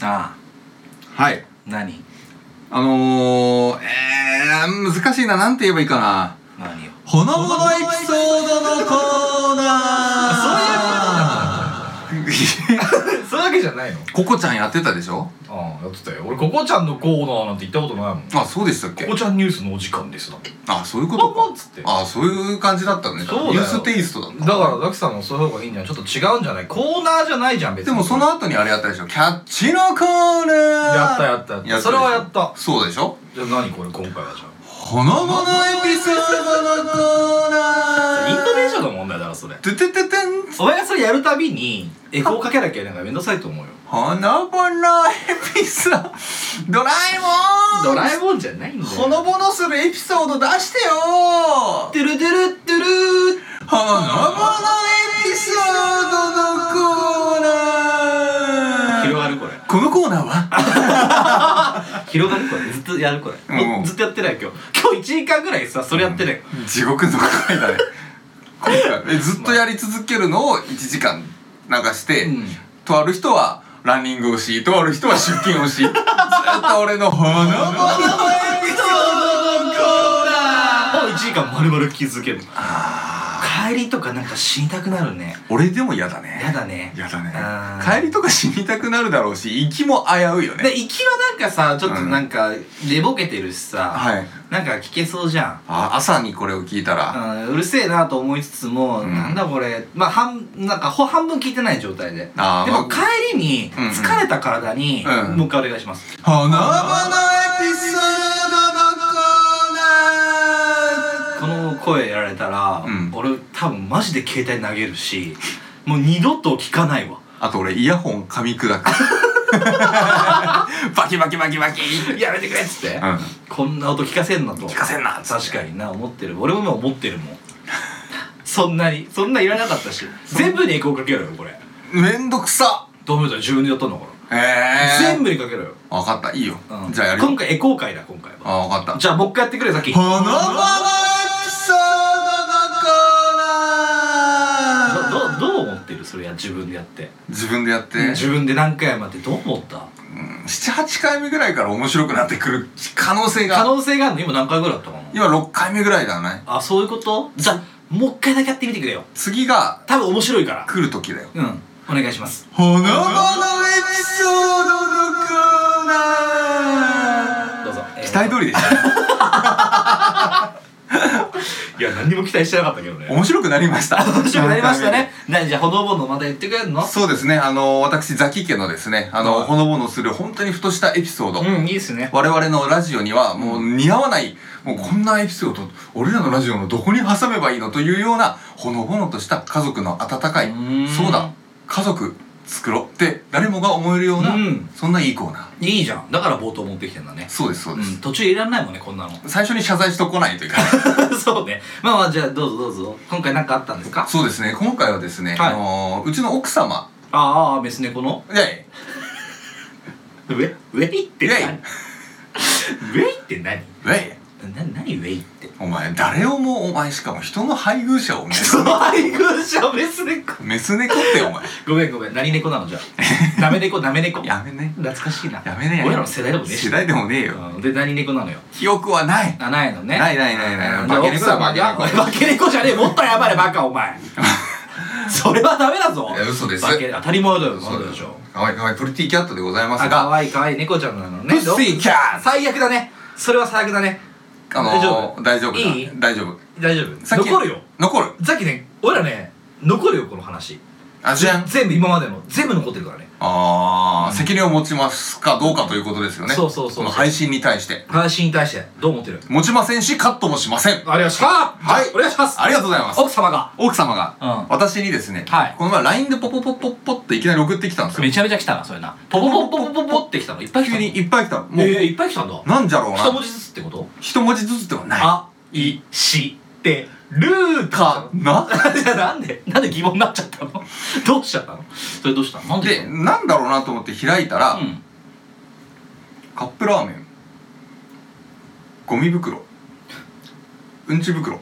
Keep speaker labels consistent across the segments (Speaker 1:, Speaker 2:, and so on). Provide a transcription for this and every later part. Speaker 1: あ
Speaker 2: はい
Speaker 1: あ何
Speaker 2: あのー、えー、難しいななんて言えばいいかな
Speaker 1: 何よ
Speaker 3: ほのぼのエピソードのコーナー
Speaker 4: そういうわけじゃないの
Speaker 2: ココちゃんやってたでしょ
Speaker 4: ああやってたよ俺ココちゃんのコーナーなんて行ったことないもん
Speaker 2: あそうでしたっけ
Speaker 4: ココちゃんニュースのお時間ですだって
Speaker 2: あそういうこと
Speaker 4: ポンポン
Speaker 2: か
Speaker 4: っつって
Speaker 2: あそういう感じだったねニ
Speaker 4: そうだよ
Speaker 2: ューステイストだった
Speaker 4: だからザキさんもそういう方がいいんじゃんちょっと違うんじゃないコーナーじゃないじゃん別
Speaker 2: で
Speaker 4: に
Speaker 2: もその後にあれやったでしょキャッチのコーナー
Speaker 4: やったやったやった
Speaker 2: でしょ
Speaker 4: それはやった
Speaker 2: そうでしょ
Speaker 4: じゃあ何これ今回はじゃ
Speaker 2: ほのぼのエピソードのコーナ
Speaker 4: あ
Speaker 2: ー
Speaker 4: イントネーションの問題だろそれ
Speaker 2: トゥトゥトゥトゥン
Speaker 4: お前がそれやるたびにエコーかけなきゃいけないからめんどくさいと思うよ
Speaker 2: ほのぼのエピソードドラえもん
Speaker 4: ドラえもんじゃないんだよ
Speaker 2: ほのぼのするエピソード出してよほのぼのエ
Speaker 4: てるてるてる
Speaker 2: ピソードのコーナー
Speaker 4: 広がるこれ
Speaker 2: このコーナーは
Speaker 4: 広がるこれずっとやるこれ、
Speaker 2: うん
Speaker 4: もうずっとやってない今日今日1時間ぐらいさそれやってない、
Speaker 2: 地獄の回だね今回えずっとやり続けるのを1時間流して、
Speaker 4: うん
Speaker 2: とある人はランニングをしとある人は出勤をしずっと俺のほのぼのエピソードのコーナー
Speaker 4: もう1時間丸々聞き続ける帰りとかなんか死にたくなるね
Speaker 2: 俺でも嫌だね
Speaker 4: やだね
Speaker 2: やだ
Speaker 4: あ
Speaker 2: ね
Speaker 4: ー
Speaker 2: 帰りとか死にたくなるだろうし行きも危ういよ
Speaker 4: で
Speaker 2: ね
Speaker 4: 行きはなんかさちょっとなんか寝ぼけてるしさ、
Speaker 2: はい
Speaker 4: なんか聞けそうじゃん
Speaker 2: あ朝にこれを聞いたら、
Speaker 4: うんうるせえなと思いつつも、
Speaker 2: うん
Speaker 4: なんだこれまあ半なんかほ半分聞いてない状態で
Speaker 2: あー
Speaker 4: で
Speaker 2: ま
Speaker 4: も
Speaker 2: あ
Speaker 4: 帰りに
Speaker 2: うんうん
Speaker 4: 疲れた体に、
Speaker 2: うん
Speaker 4: もう一回お願いします、
Speaker 2: ほのぼのエピソードのコーナー
Speaker 4: この声やられたら、
Speaker 2: うん
Speaker 4: 俺多分マジで携帯投げるしもう二度と聞かないわ
Speaker 2: あと俺イヤホン噛み砕 くバキバキバキバキって
Speaker 4: やめてくれっつって、
Speaker 2: うん
Speaker 4: こんな音聞かせんなと聞
Speaker 2: かせんなっつっ
Speaker 4: 確かにな思ってる俺も今思ってるもんそんなにそんないらなかったし全部にエコーかけろよこれ
Speaker 2: めんどくさ
Speaker 4: どう見たら自分でやったんだから、
Speaker 2: へえ
Speaker 4: 全
Speaker 2: 部
Speaker 4: 部にかけろよ、
Speaker 2: 分かったいいよ、
Speaker 4: うん、
Speaker 2: じゃあやるよ
Speaker 4: 今回エコー会だ今回は
Speaker 2: あ分かった
Speaker 4: じゃあもう一回やってくれ先
Speaker 2: ほのぼのエピソードのコーナー
Speaker 4: どどどう思ってるそれや自分でやって、
Speaker 2: 自分でやって、
Speaker 4: 自分で何回もやってどう思った
Speaker 2: 78回目ぐらいから面白くなってくる可能性
Speaker 4: 可
Speaker 2: が
Speaker 4: 能性があるの今何回ぐらいだったかな
Speaker 2: 今6回目ぐらいだね
Speaker 4: あそういうことじゃあもう一回だけやってみてくれよ
Speaker 2: 次が
Speaker 4: 多分面白いから
Speaker 2: 来る時だよ
Speaker 4: うんお願いします
Speaker 2: ほのぼのエピソードのコーナ
Speaker 4: どうぞ、えー
Speaker 2: 期待通りでしたね
Speaker 4: いや何にも期待してなかったけどね
Speaker 2: 面白くなりました
Speaker 4: 面白くなりましたね何じゃあほのぼのまた言ってくれるの
Speaker 2: そうですねあの私ザキ家のですねあの、
Speaker 4: はい
Speaker 2: ほのぼのする本当にふとしたエピソード、
Speaker 4: うんいいですね
Speaker 2: 我々のラジオにはもう似合わない、もうこんなエピソード俺らのラジオのどこに挟めばいいのというようなほのぼのとした家族の温かい
Speaker 4: うん
Speaker 2: そうだ家族作ろうって誰もが思えるような、
Speaker 4: うん
Speaker 2: そんないいコーナー
Speaker 4: いいじゃんだから冒頭持ってきてんだね
Speaker 2: そうですそう
Speaker 4: う
Speaker 2: です、
Speaker 4: ん途中いらんないもんねこんなの
Speaker 2: 最初に謝罪しとこないというか
Speaker 4: そうねまあまあじゃあどうぞどうぞ今回何かあったんですか
Speaker 2: そうですね今回はですね、
Speaker 4: はい
Speaker 2: あのーうちの奥様
Speaker 4: ああメス猫の
Speaker 2: いやい
Speaker 4: 上上いって
Speaker 2: やい
Speaker 4: 何
Speaker 2: やい
Speaker 4: 上いって何
Speaker 2: やいや
Speaker 4: な何上いって
Speaker 2: お前誰をもお前しかも人の配偶者をメ ス
Speaker 4: その配偶者メス猫
Speaker 2: メス猫ってお前
Speaker 4: ごめんごめん何猫なのじゃ あダメ猫ダメ猫
Speaker 2: やめね
Speaker 4: 懐かしいな
Speaker 2: やめね
Speaker 4: 俺らの世代でもね
Speaker 2: 世代でもねえよ、
Speaker 4: うんで何猫なのよ
Speaker 2: 記憶はない
Speaker 4: あないのね
Speaker 2: ないないないない
Speaker 4: じゃ
Speaker 2: 化
Speaker 4: あ
Speaker 2: け猫だ
Speaker 4: 奥様にあ
Speaker 2: 化け
Speaker 4: 化け猫じゃねえもっとやばいバカお前 それはダメだぞ
Speaker 2: いや嘘です
Speaker 4: 化け当たり前だよ
Speaker 2: そう
Speaker 4: そう
Speaker 2: で
Speaker 4: でし
Speaker 2: しょ
Speaker 4: ょ
Speaker 2: かわいいかわいいプリティキャットでございま
Speaker 4: あ
Speaker 2: す
Speaker 4: か
Speaker 2: が
Speaker 4: わいいかわいい猫ちゃんなの
Speaker 2: プ
Speaker 4: ね
Speaker 2: ッシーキャー
Speaker 4: 最悪だねそれは最悪だね
Speaker 2: あのー大丈夫だ
Speaker 4: いい
Speaker 2: 大丈夫
Speaker 4: 大丈
Speaker 2: さ
Speaker 4: 夫
Speaker 2: っき
Speaker 4: 残るよ
Speaker 2: 残る
Speaker 4: さっきね俺らね残るよこの話
Speaker 2: あじゃん
Speaker 4: 全部今までの全部残ってるからね
Speaker 2: あー、
Speaker 4: うん
Speaker 2: 責任を持ちますかどうかということですよね
Speaker 4: そうそうそうそう
Speaker 2: この配信に対して
Speaker 4: 話に対してどう思ってる
Speaker 2: 持ちませんしカットもしません
Speaker 4: ありがとうございました
Speaker 2: はい
Speaker 4: お願いします
Speaker 2: ありがとうございます
Speaker 4: 奥様が
Speaker 2: 奥様が、
Speaker 4: うん
Speaker 2: 私にですね、
Speaker 4: はい
Speaker 2: この前 LINE でポポポポポっていきなり送ってきたんですよ
Speaker 4: めちゃめちゃ来たなそれなポポポポポポポって来たのいっぱい来た
Speaker 2: 急
Speaker 4: の
Speaker 2: にいっぱい来たもう、
Speaker 4: えー、いっぱい来たんだ
Speaker 2: なんじゃろう
Speaker 4: 一
Speaker 2: な
Speaker 4: 文字ずつってこと
Speaker 2: 一文字ずつではない
Speaker 4: あいしてる
Speaker 2: か
Speaker 4: か
Speaker 2: な
Speaker 4: じゃあなんでなんで疑問になっちゃったのどうしちゃったのそれどうしたのなんで
Speaker 2: でなんだろうなと思って開いたら、
Speaker 4: うん
Speaker 2: カップラーメンゴミ袋うんち袋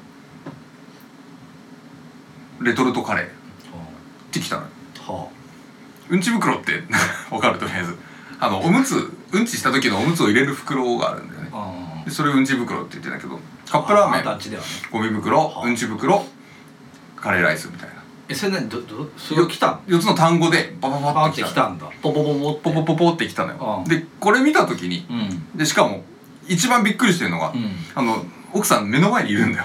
Speaker 2: レトルトカレーってきたのよ
Speaker 4: は
Speaker 2: うんち袋って わかるとりあえずあのおむつうんちした時のおむつを入れる袋があるんだよね
Speaker 4: あ
Speaker 2: でそれをうんち袋って言ってんだけどカップラーメ
Speaker 4: あたあっ
Speaker 2: ン
Speaker 4: ちではね
Speaker 2: ゴミ袋
Speaker 4: はあ
Speaker 2: うんち袋カレーライスみたいな
Speaker 4: えそれ何どどそれ来たん
Speaker 2: 4つの単語でバババ
Speaker 4: パー
Speaker 2: ッ
Speaker 4: って
Speaker 2: て
Speaker 4: 来
Speaker 2: きた
Speaker 4: たんだポポポポ
Speaker 2: ポポポポってきたの
Speaker 4: あ
Speaker 2: よ
Speaker 4: あ
Speaker 2: でこれ見た時に
Speaker 4: うん
Speaker 2: でしかも一番びっくりしてるのが、
Speaker 4: うん
Speaker 2: あの奥さん目の前にいるんだよ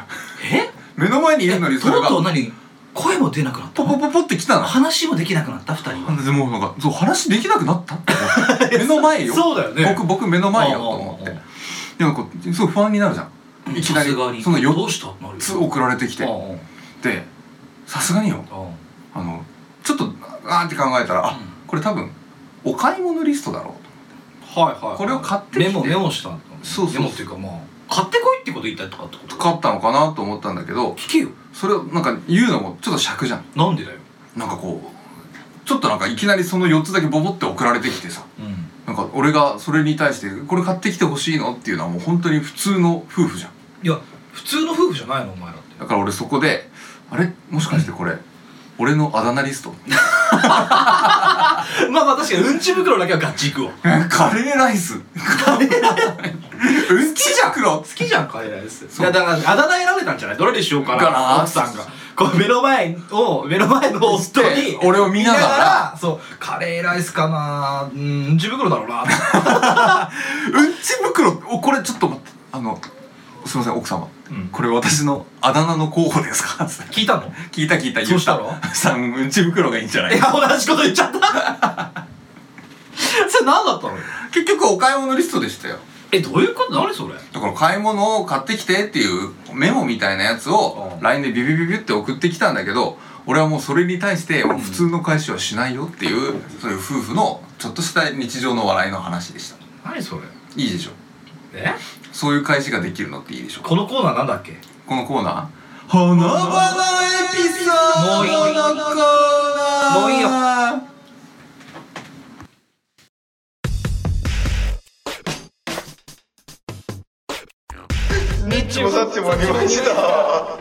Speaker 4: え
Speaker 2: 目の前にいるのにそ
Speaker 4: と
Speaker 2: れ
Speaker 4: う
Speaker 2: が
Speaker 4: とう何声も出なくなった
Speaker 2: ポポポポってきたの
Speaker 4: 話もできなくなった二人は
Speaker 2: でもうなんかそう話できなくなったって思って目の前よ
Speaker 4: そうだよね
Speaker 2: 僕僕目の前よと思って
Speaker 4: ああああ
Speaker 2: でもこうすごい不安になるじゃんいきなり
Speaker 4: さすがに
Speaker 2: その
Speaker 4: ど
Speaker 2: 4
Speaker 4: うしたなるよ
Speaker 2: つ送られてきて
Speaker 4: ああ
Speaker 2: でさすがによ
Speaker 4: ああ
Speaker 2: あのちょっとあーって考えたらあ
Speaker 4: うん
Speaker 2: これ多分お買い物リストだろう
Speaker 4: はいはいはい
Speaker 2: これを買ってきて
Speaker 4: メモメモしたんだ
Speaker 2: そうそう
Speaker 4: メモっていうかまあ買ってこいってこと言ったりとかってこ
Speaker 2: と
Speaker 4: と
Speaker 2: 買ったのかなと思ったんだけど
Speaker 4: 聞けよ
Speaker 2: それをなんか言うのもちょっと尺じゃん
Speaker 4: なんでだよ
Speaker 2: なんかこうちょっとなんかいきなりその4つだけボボって送られてきてさ
Speaker 4: うん
Speaker 2: なんか俺がそれに対して「これ買ってきてほしいの?」っていうのはもう本当に普通の夫婦じゃん
Speaker 4: いや普通の夫婦じゃないのお前らって
Speaker 2: だから俺そこで「あれもしかしてこれ俺のあだ名リスト
Speaker 4: まあまあ確かにうんち袋だけはガッチいくわ
Speaker 2: カレーライス」うんちじゃくろ
Speaker 4: 好きじゃんカレーライスい
Speaker 2: い
Speaker 4: や
Speaker 2: や
Speaker 4: だからあだ名選べたんじゃないどれでしようか
Speaker 2: かな
Speaker 4: な奥さんがこう目の前を目の前の夫に
Speaker 2: 俺を見ながら
Speaker 4: そうカレーライスかなうんうんち袋だろう な
Speaker 2: うんち袋おこれちょっと待ってあのすいません奥様、
Speaker 4: うん
Speaker 2: これ私のあだ名の候補ですか
Speaker 4: 聞いたの
Speaker 2: 聞いた聞いた
Speaker 4: そうしたろ
Speaker 2: 言った さんうんち袋がいいんじゃない
Speaker 4: いや同じこと言っちゃった それ何だったの
Speaker 2: 結局お買い物リストでしたよ
Speaker 4: えどういうこと何それ
Speaker 2: だから買い物を買ってきてっていうメモみたいなやつを
Speaker 4: うん
Speaker 2: LINE でビビビビって送ってきたんだけど俺はもうそれに対して普通の返しはしないよっていうそういう夫婦のちょっとした日常の笑いの話でした
Speaker 4: 何それ
Speaker 2: いいでしょ
Speaker 4: え
Speaker 2: そういう返しができるのっていいでしょ
Speaker 4: このコーナーなんだっけ
Speaker 2: このコーナー花々エピソードのコーナー
Speaker 4: もういいよ
Speaker 5: 戻ってまいりました。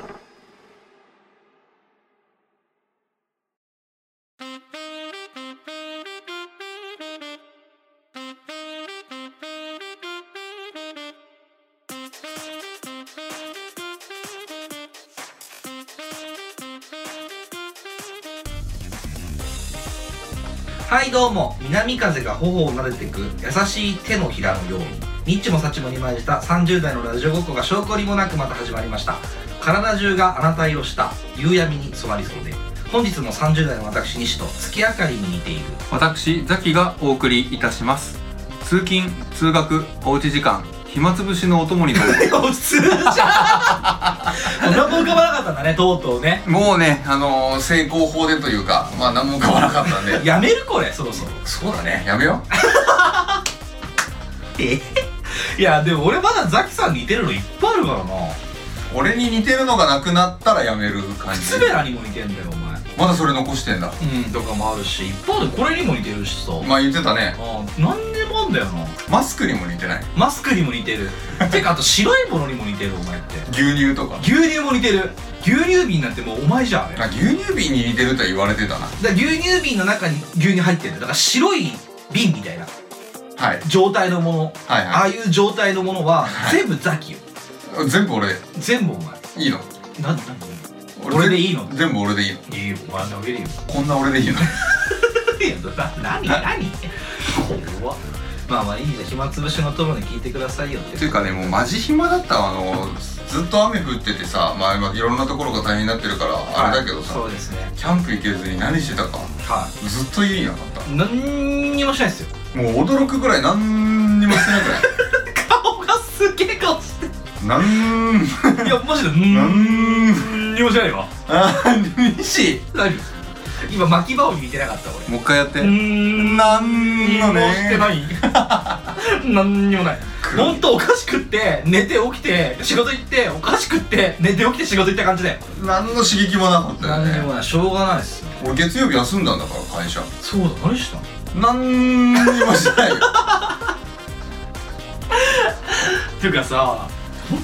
Speaker 4: はいどうも南風が頬を撫でてく優しい手のひらのようにニッチもサチもにまじた30代のラジオごっこが証拠りもなくまた始まりました体中があなた色した夕闇に染まりそうで本日も30代の私西と月明かりに似 ている
Speaker 2: 私ザキがお送りいたします通勤通学おうち時間暇つぶしのお供になる
Speaker 4: 普通じゃん 何も浮かばなかったんだねとうとうね
Speaker 2: もうね、あのー、成功法でというか、まあ何も変わらなかったん で。
Speaker 4: やめるこれそろそろ
Speaker 2: そうだね。やめよ
Speaker 4: いやでも俺まだザキさん似てるのいっぱいあるからな
Speaker 2: う。俺に似てるのがなくなったらやめる感じ
Speaker 4: 靴。べらにも似てんだよお前
Speaker 2: まだそれ残してんだ。
Speaker 4: うんとかもあるし一方でこれにも似てるしさ、
Speaker 2: まあ言ってたね。
Speaker 4: あー何でもあんだよな
Speaker 2: マスクにも似てない。
Speaker 4: マスクにも似て るてかあと白いものにも似てるお前って
Speaker 2: 牛乳とか。
Speaker 4: 牛乳も似てる牛乳瓶なんてもうお前じゃんあれだ
Speaker 2: あ牛乳瓶に似てるとは言われてたな。
Speaker 4: から牛乳瓶の中に牛乳入ってるんだよだから白い瓶みたいな
Speaker 2: はい。
Speaker 4: 状態のもの
Speaker 2: はい
Speaker 4: あ
Speaker 2: は
Speaker 4: あいう状態のものは全部ザキよ
Speaker 2: い。全部俺、
Speaker 4: 全部お前
Speaker 2: いいの。
Speaker 4: なんなん俺でいいの
Speaker 2: 全部俺でいいの。
Speaker 4: いいよお前投げるよ
Speaker 2: こんな俺でいい の。
Speaker 4: いやな何何怖っまあまあいいじゃん暇つぶしのところに聞いてくださいよって
Speaker 2: っていうかねもうマジ暇だったわあのずっと雨降っててさまあ今いろんなところが大変になってるからあれだけどさ、
Speaker 4: そうですね
Speaker 2: キャンプ行けずに何してたか
Speaker 4: は
Speaker 2: ずっと家にいなかった
Speaker 4: い何にもしないですよ
Speaker 2: もう驚くぐらい何にもしてないぐらい
Speaker 4: 顔がすげえ顔して
Speaker 2: なん
Speaker 4: いやマジでうー
Speaker 2: なん
Speaker 4: んにもしないわ
Speaker 2: あ西
Speaker 4: 何今巻き場を見てなかった俺
Speaker 2: もう一回やって
Speaker 4: うーん
Speaker 2: なん
Speaker 4: にもして
Speaker 2: い
Speaker 4: ない何にもない
Speaker 2: 黒い
Speaker 4: ほんとおかしくって寝て起きて仕事行っておかしくって寝て起きて仕事行った感じだよ
Speaker 2: 何の刺激もなかったよ
Speaker 4: 何に
Speaker 2: ね
Speaker 4: もないしょうがないっすよ
Speaker 2: 俺月曜日休んだんだから会社
Speaker 4: そうだ何したの
Speaker 2: 何にもしてないよ
Speaker 4: っていうかさほん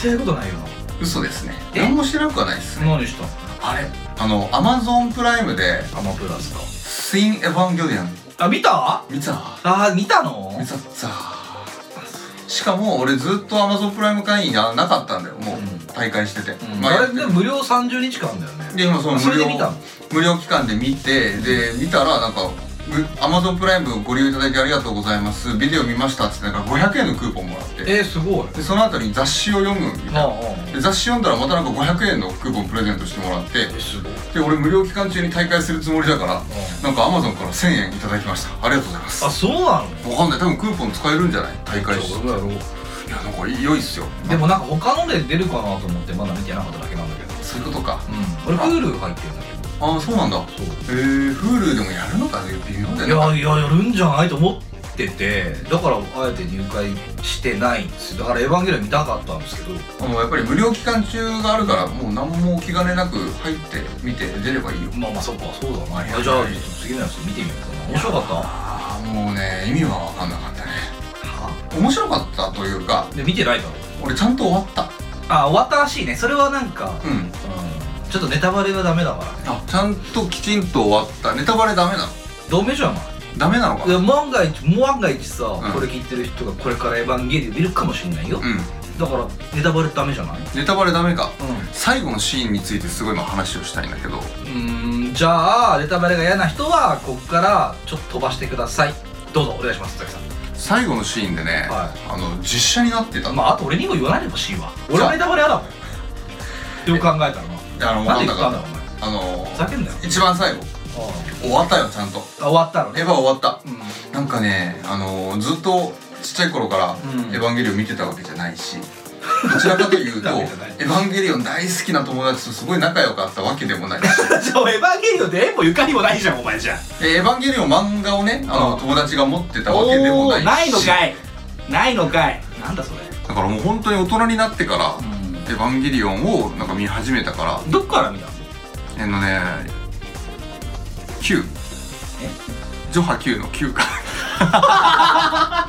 Speaker 4: とやることないよな
Speaker 2: 嘘ですね
Speaker 4: え
Speaker 2: 何もしてなくはないですね
Speaker 4: 何したの
Speaker 2: あれあのアマゾンプライムで
Speaker 4: アマプラスか
Speaker 2: 「スイン・エヴァンゲリアン」
Speaker 6: あ見た
Speaker 2: 見た
Speaker 6: あー見たの
Speaker 2: 見ちゃったしかも俺ずっと Amazon プライム会員ななかったんだよもう、
Speaker 6: うん
Speaker 2: 大会してて、
Speaker 6: うん、
Speaker 2: まあ
Speaker 6: あ
Speaker 2: や
Speaker 6: れ
Speaker 2: って
Speaker 6: で無料30日間だよね
Speaker 2: で今その
Speaker 6: あそ
Speaker 2: 無
Speaker 6: れ
Speaker 2: 料
Speaker 6: で見たの
Speaker 2: 無料期間で見てで見たらなんかぐ Amazon プライムご利用いただきありがとうございますビデオ見ましたっつってなんか500円のクーポンもらって
Speaker 6: えー、すごい
Speaker 2: でその後に雑誌を読むみたい
Speaker 6: ああ
Speaker 2: なで雑誌読んだらまたなんか500円のクーポンプレゼントしてもらって
Speaker 6: えすごい
Speaker 2: で俺無料期間中に大会するつもりだから
Speaker 6: ん
Speaker 2: なんか Amazon から1000円いただきましたありがとうございます
Speaker 6: あそうなの
Speaker 2: わかんない多分クーポン使えるんじゃない大会し
Speaker 6: じゃ
Speaker 2: い
Speaker 6: あ俺もやろう
Speaker 2: やなんか良いっすよ
Speaker 6: でもなんか他ので出るかなと思ってまだ見てなかっただけなんだけど
Speaker 2: そういうことか
Speaker 6: うん俺 Hulu 入ってるんだけ
Speaker 2: ああそうなんだへ
Speaker 6: どそう
Speaker 2: え Hulu でもやるのかね微妙だ
Speaker 6: い
Speaker 2: よね
Speaker 6: やいややるんじゃないと思っててだからあえて入会してないんですよだから「エヴァンゲリオン」見たかったんですけど
Speaker 2: もうやっぱり無料期間中があるからもう何も気兼ねなく入って見て出ればいいよ
Speaker 6: まあまあそっかそうだ
Speaker 2: はい
Speaker 6: なじゃあちょっと次のやつ見てみようかな面白かったは
Speaker 2: ああもうね意味は分かんなかったね面白かったというか
Speaker 6: で見てないだろ
Speaker 2: 俺ちゃんと終わった
Speaker 6: あ終わったらしいねそれはなんか、
Speaker 2: うん
Speaker 6: うん、ちょっとネタバレはダメだからね
Speaker 2: あちゃんときちんと終わったネタバレダメなの
Speaker 6: ダメじゃない
Speaker 2: ダメなのか
Speaker 6: い
Speaker 2: な
Speaker 6: や万が一もう万が一さ、
Speaker 2: ん
Speaker 6: これ聞いてる人がこれから「エヴァンゲリオン」見るかもしれないよ、
Speaker 2: うん
Speaker 6: だからネタバレダメじゃないう
Speaker 2: ネタバレダメか
Speaker 6: ん
Speaker 2: 最後のシーンについてすごい今話をしたいんだけど
Speaker 6: んじゃあネタバレが嫌な人はここからちょっと飛ばしてくださいどうぞお願いします佐々木
Speaker 2: 最後のシーンでね、
Speaker 6: は
Speaker 2: あの実写になって
Speaker 6: さ
Speaker 2: た
Speaker 6: ん
Speaker 2: の
Speaker 6: まああと俺にも言わないでほしいわ俺はネタバレ嫌 だもんよく考えたら
Speaker 2: あの
Speaker 6: ななんで言
Speaker 2: 分かんな
Speaker 6: った
Speaker 2: か
Speaker 6: んだ
Speaker 2: っ
Speaker 6: ろうお前
Speaker 2: たあの
Speaker 6: ふざけんなよ
Speaker 2: 一番最後
Speaker 6: あ
Speaker 2: 終わったよちゃんと
Speaker 6: あ終わったの
Speaker 2: エ
Speaker 6: ね
Speaker 2: ヴァ終わった
Speaker 6: うん
Speaker 2: なんかねあのずっとちっちゃい頃から
Speaker 6: う
Speaker 2: 「
Speaker 6: ん
Speaker 2: エヴァンゲリオン」見てたわけじゃないし、どちらかと いうと「エ
Speaker 6: 見
Speaker 2: ヴ
Speaker 6: てたわけ
Speaker 2: ァンゲリオン」大好きな友達とすごい仲良かったわけでもないし
Speaker 6: じゃあエヴァンゲリオンで縁もゆかりもないじゃんお前じゃ
Speaker 2: でエヴァンゲリオン漫画をねあ
Speaker 6: う
Speaker 2: の
Speaker 6: ん
Speaker 2: 友達が持ってた
Speaker 6: あ
Speaker 2: わけでもな
Speaker 6: ない
Speaker 2: いし
Speaker 6: のかいないのかいなんだそれ
Speaker 2: だからもう本当に大人になってから「
Speaker 6: ん
Speaker 2: エヴァンゲリオン」をなんか見始めたから
Speaker 6: どっから見たの
Speaker 2: えーのね Q ジョハ Q の Q か は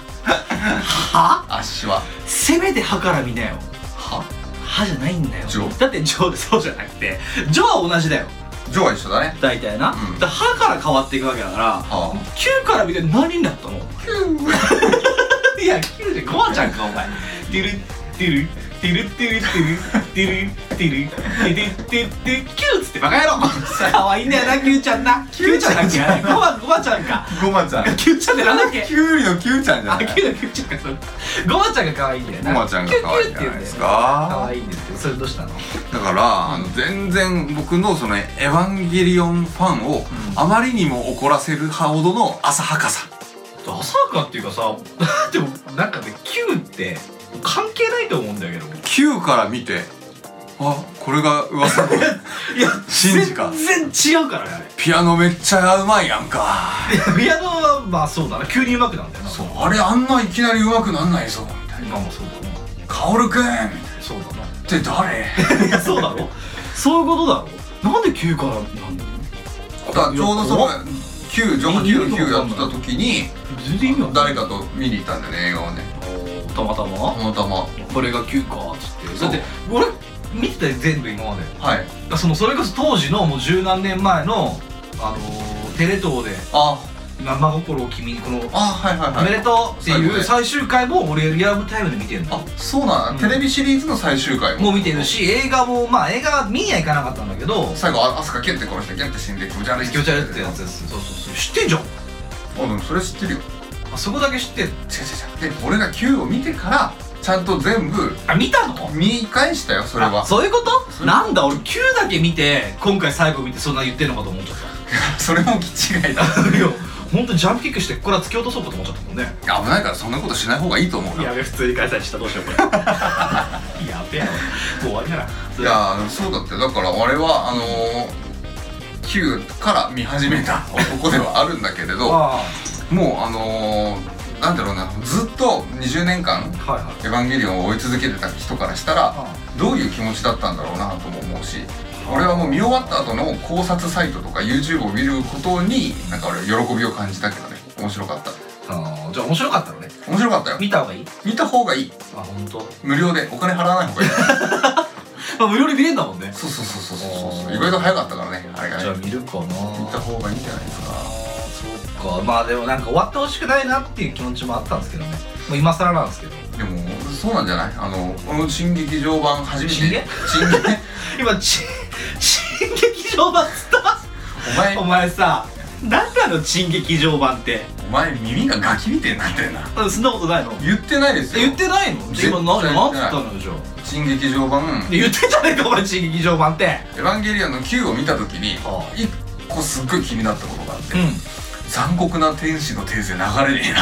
Speaker 2: 足は
Speaker 4: せめて歯から見なよ
Speaker 2: は
Speaker 4: 歯じゃないんだよ
Speaker 2: ジョ
Speaker 4: だってジョーそうじゃなくてジョーは同じだよ
Speaker 2: ジョは一緒だね
Speaker 4: 大体な、
Speaker 2: うん
Speaker 4: だから歯から変わっていくわけだから
Speaker 2: は
Speaker 4: 9から見て何になったのいや9でゴーちゃんかお前ディルディルディルディルディルディルディルディルディルディルディルキューっつってバカ野郎かわいいんだよなキューちゃんなキューちゃんだっけあれゴマゴマちゃんか
Speaker 2: ゴマちゃん
Speaker 4: キューちゃんってなんだっけ
Speaker 2: キュウリのキュウちゃんじゃ
Speaker 4: あ
Speaker 2: な
Speaker 4: キ
Speaker 2: い
Speaker 4: ューだキューちゃんかそれゴマちゃんが可愛いんだよ
Speaker 2: ゴ
Speaker 4: な
Speaker 2: マちゃんが可愛い
Speaker 4: キ
Speaker 2: じ
Speaker 4: ュ
Speaker 2: ゃ
Speaker 4: ーキューって言う
Speaker 2: なんいで
Speaker 4: だよ
Speaker 2: す
Speaker 4: 可
Speaker 2: か
Speaker 4: 愛いんですけどそれどうしたのう
Speaker 2: だからあの全然僕のそのエヴァンゲリオンファンをあまりにも怒らせるほどの浅はかさ
Speaker 6: ダサかっていうかさでもなんかね Q って関係ないと思うんだけど
Speaker 2: Q から見てあこれが 噂の
Speaker 4: いや
Speaker 2: シンジか
Speaker 4: 全然違うからねあれ
Speaker 2: ピアノめっちゃうまいやんか
Speaker 6: ピアノはまあそうだな急に上手くなんだよな
Speaker 2: そうあれあんないきなり上手くなんないぞみたい
Speaker 6: 今もそうだな
Speaker 2: な「カオルくん!」っ
Speaker 6: そうだな
Speaker 2: て誰
Speaker 4: いやそうだろそういうことだろなんで9からなんだろ
Speaker 2: だからちょうどその9ジョン9の9やってた時に
Speaker 4: 全然意味わかんない
Speaker 2: 誰かと見に行ったんだよね映画をね
Speaker 4: たまたま
Speaker 2: たまたまは
Speaker 4: これが9かっつって
Speaker 2: そ
Speaker 4: だ
Speaker 2: う
Speaker 4: って俺見てたよ全部今まで
Speaker 2: い
Speaker 4: だそのそれこそ当時のもう十何年前のあのーテレ東で
Speaker 2: あ
Speaker 4: 生心を君にこの
Speaker 2: あはいはい
Speaker 4: お
Speaker 2: はい
Speaker 4: めでとうっていう
Speaker 2: 最
Speaker 4: 最終回も俺リアルタイムで見てんの
Speaker 2: あそうなんだ、
Speaker 4: うん
Speaker 2: テレビシリーズの最終回も
Speaker 4: もう見てるし映画もまあ映画は見には行かなかったんだけど
Speaker 2: 最後あアスカキュンって殺してキュンって死んで気持ち悪い
Speaker 4: 気持ち悪いってやつですそうそうそう知ってんじゃん
Speaker 2: あでもそれ知ってるよ違
Speaker 4: あそこだけ知ってんの
Speaker 2: う違う違うで俺が9を見てからちゃんと全部
Speaker 4: あ見たの
Speaker 2: 見返したよそれ
Speaker 4: あ
Speaker 2: は
Speaker 4: そういうこ
Speaker 2: そ
Speaker 4: と
Speaker 2: れ
Speaker 4: なんだ俺9だけ見て今回最後見てそんな言ってんのかと思っちゃっ
Speaker 2: それも気違いだ
Speaker 4: た いや本当ジャンプキックしてここから突き落とそうかと思っちゃったもんね
Speaker 2: 危ないからそんなことしない方がいいと思うよ
Speaker 4: やべ普通に開催したどうしようこれ やべえなもう終わりだない
Speaker 2: やーそうだってだから俺はあのー、Q から見始めた男ではあるんだけれど もう
Speaker 6: あ
Speaker 2: あのー、なんだろうなずっと20年間
Speaker 6: あはいはい
Speaker 2: 「エヴァンゲリオン」を追い続けてた人からしたらどういう気持ちだったんだろうなとも思うし俺はもう見終わった後の考察サイトとか YouTube を見ることになんか俺喜びを感じたけどね面白かった
Speaker 6: あーじゃあ面白かったのね
Speaker 2: 面白かったよ
Speaker 6: 見た方がいい
Speaker 2: 見た方がいい
Speaker 6: あ本当。
Speaker 2: 無料でお金払わない 方がいい
Speaker 4: まあ無料で見れんだもんね
Speaker 2: そうそうそうそうそうそう意外と早かったからねあれが
Speaker 6: じゃあ
Speaker 2: ね
Speaker 6: 見るかな
Speaker 2: 見た方がいいんじゃないですか
Speaker 6: あーそうかまあでもなんか終わってほしくないなっていう気持ちもあったんですけどねもう今更なんですけど
Speaker 2: でもそうなんじゃないあのこの新劇場版初めて
Speaker 6: 新劇
Speaker 2: 新劇
Speaker 6: 今ち 新劇場版っつった
Speaker 2: お前
Speaker 4: お前さ何なの珍劇場版って
Speaker 2: お前耳がガキみてえになってんな
Speaker 4: うんそんなことないの
Speaker 2: 言ってないです
Speaker 4: え
Speaker 2: よ
Speaker 4: 言ってないの
Speaker 2: 絶対
Speaker 4: 今何何つったのよじゃあ
Speaker 2: 新劇場版
Speaker 4: 言ってんじゃねえかお前珍劇場版って
Speaker 2: エヴァンゲリアンの Q を見た時に
Speaker 4: ああ
Speaker 2: 一個すっごい気になったことがあって、
Speaker 4: うん
Speaker 2: 残酷な天使のテーゼ流れねえな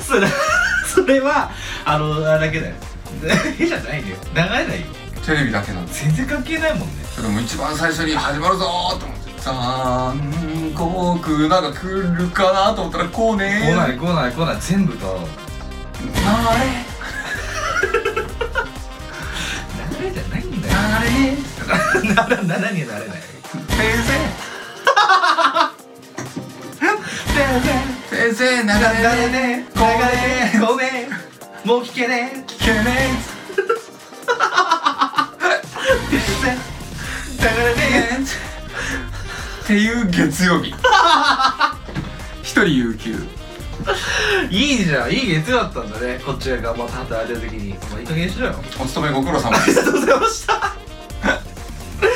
Speaker 4: それそれはあのあれだけだよ 絵じゃないんだよ流れないよ
Speaker 2: テレビだけなんです
Speaker 4: 全然関係ないもんね
Speaker 2: それも一番最初に始まるぞーと思って残酷なが来るかなと思ったらこうねー
Speaker 6: 来ない来ない来ない全部歌おう
Speaker 2: 流
Speaker 6: 流れじゃないんだよ
Speaker 2: れ流 れね
Speaker 6: ななな何になれない
Speaker 2: えテーゼテーゼ流れねえ
Speaker 6: ね
Speaker 2: ご
Speaker 6: んご
Speaker 2: め
Speaker 6: めんもう聞けね
Speaker 2: 聞けねえ
Speaker 6: 流れね
Speaker 2: っていう月曜日一人有給
Speaker 6: いいじゃんいい月曜だったんだねこっちが頑張って働いてる時にお前いい加減にしろよ
Speaker 2: お勤めご苦労様です
Speaker 4: ありがとうございました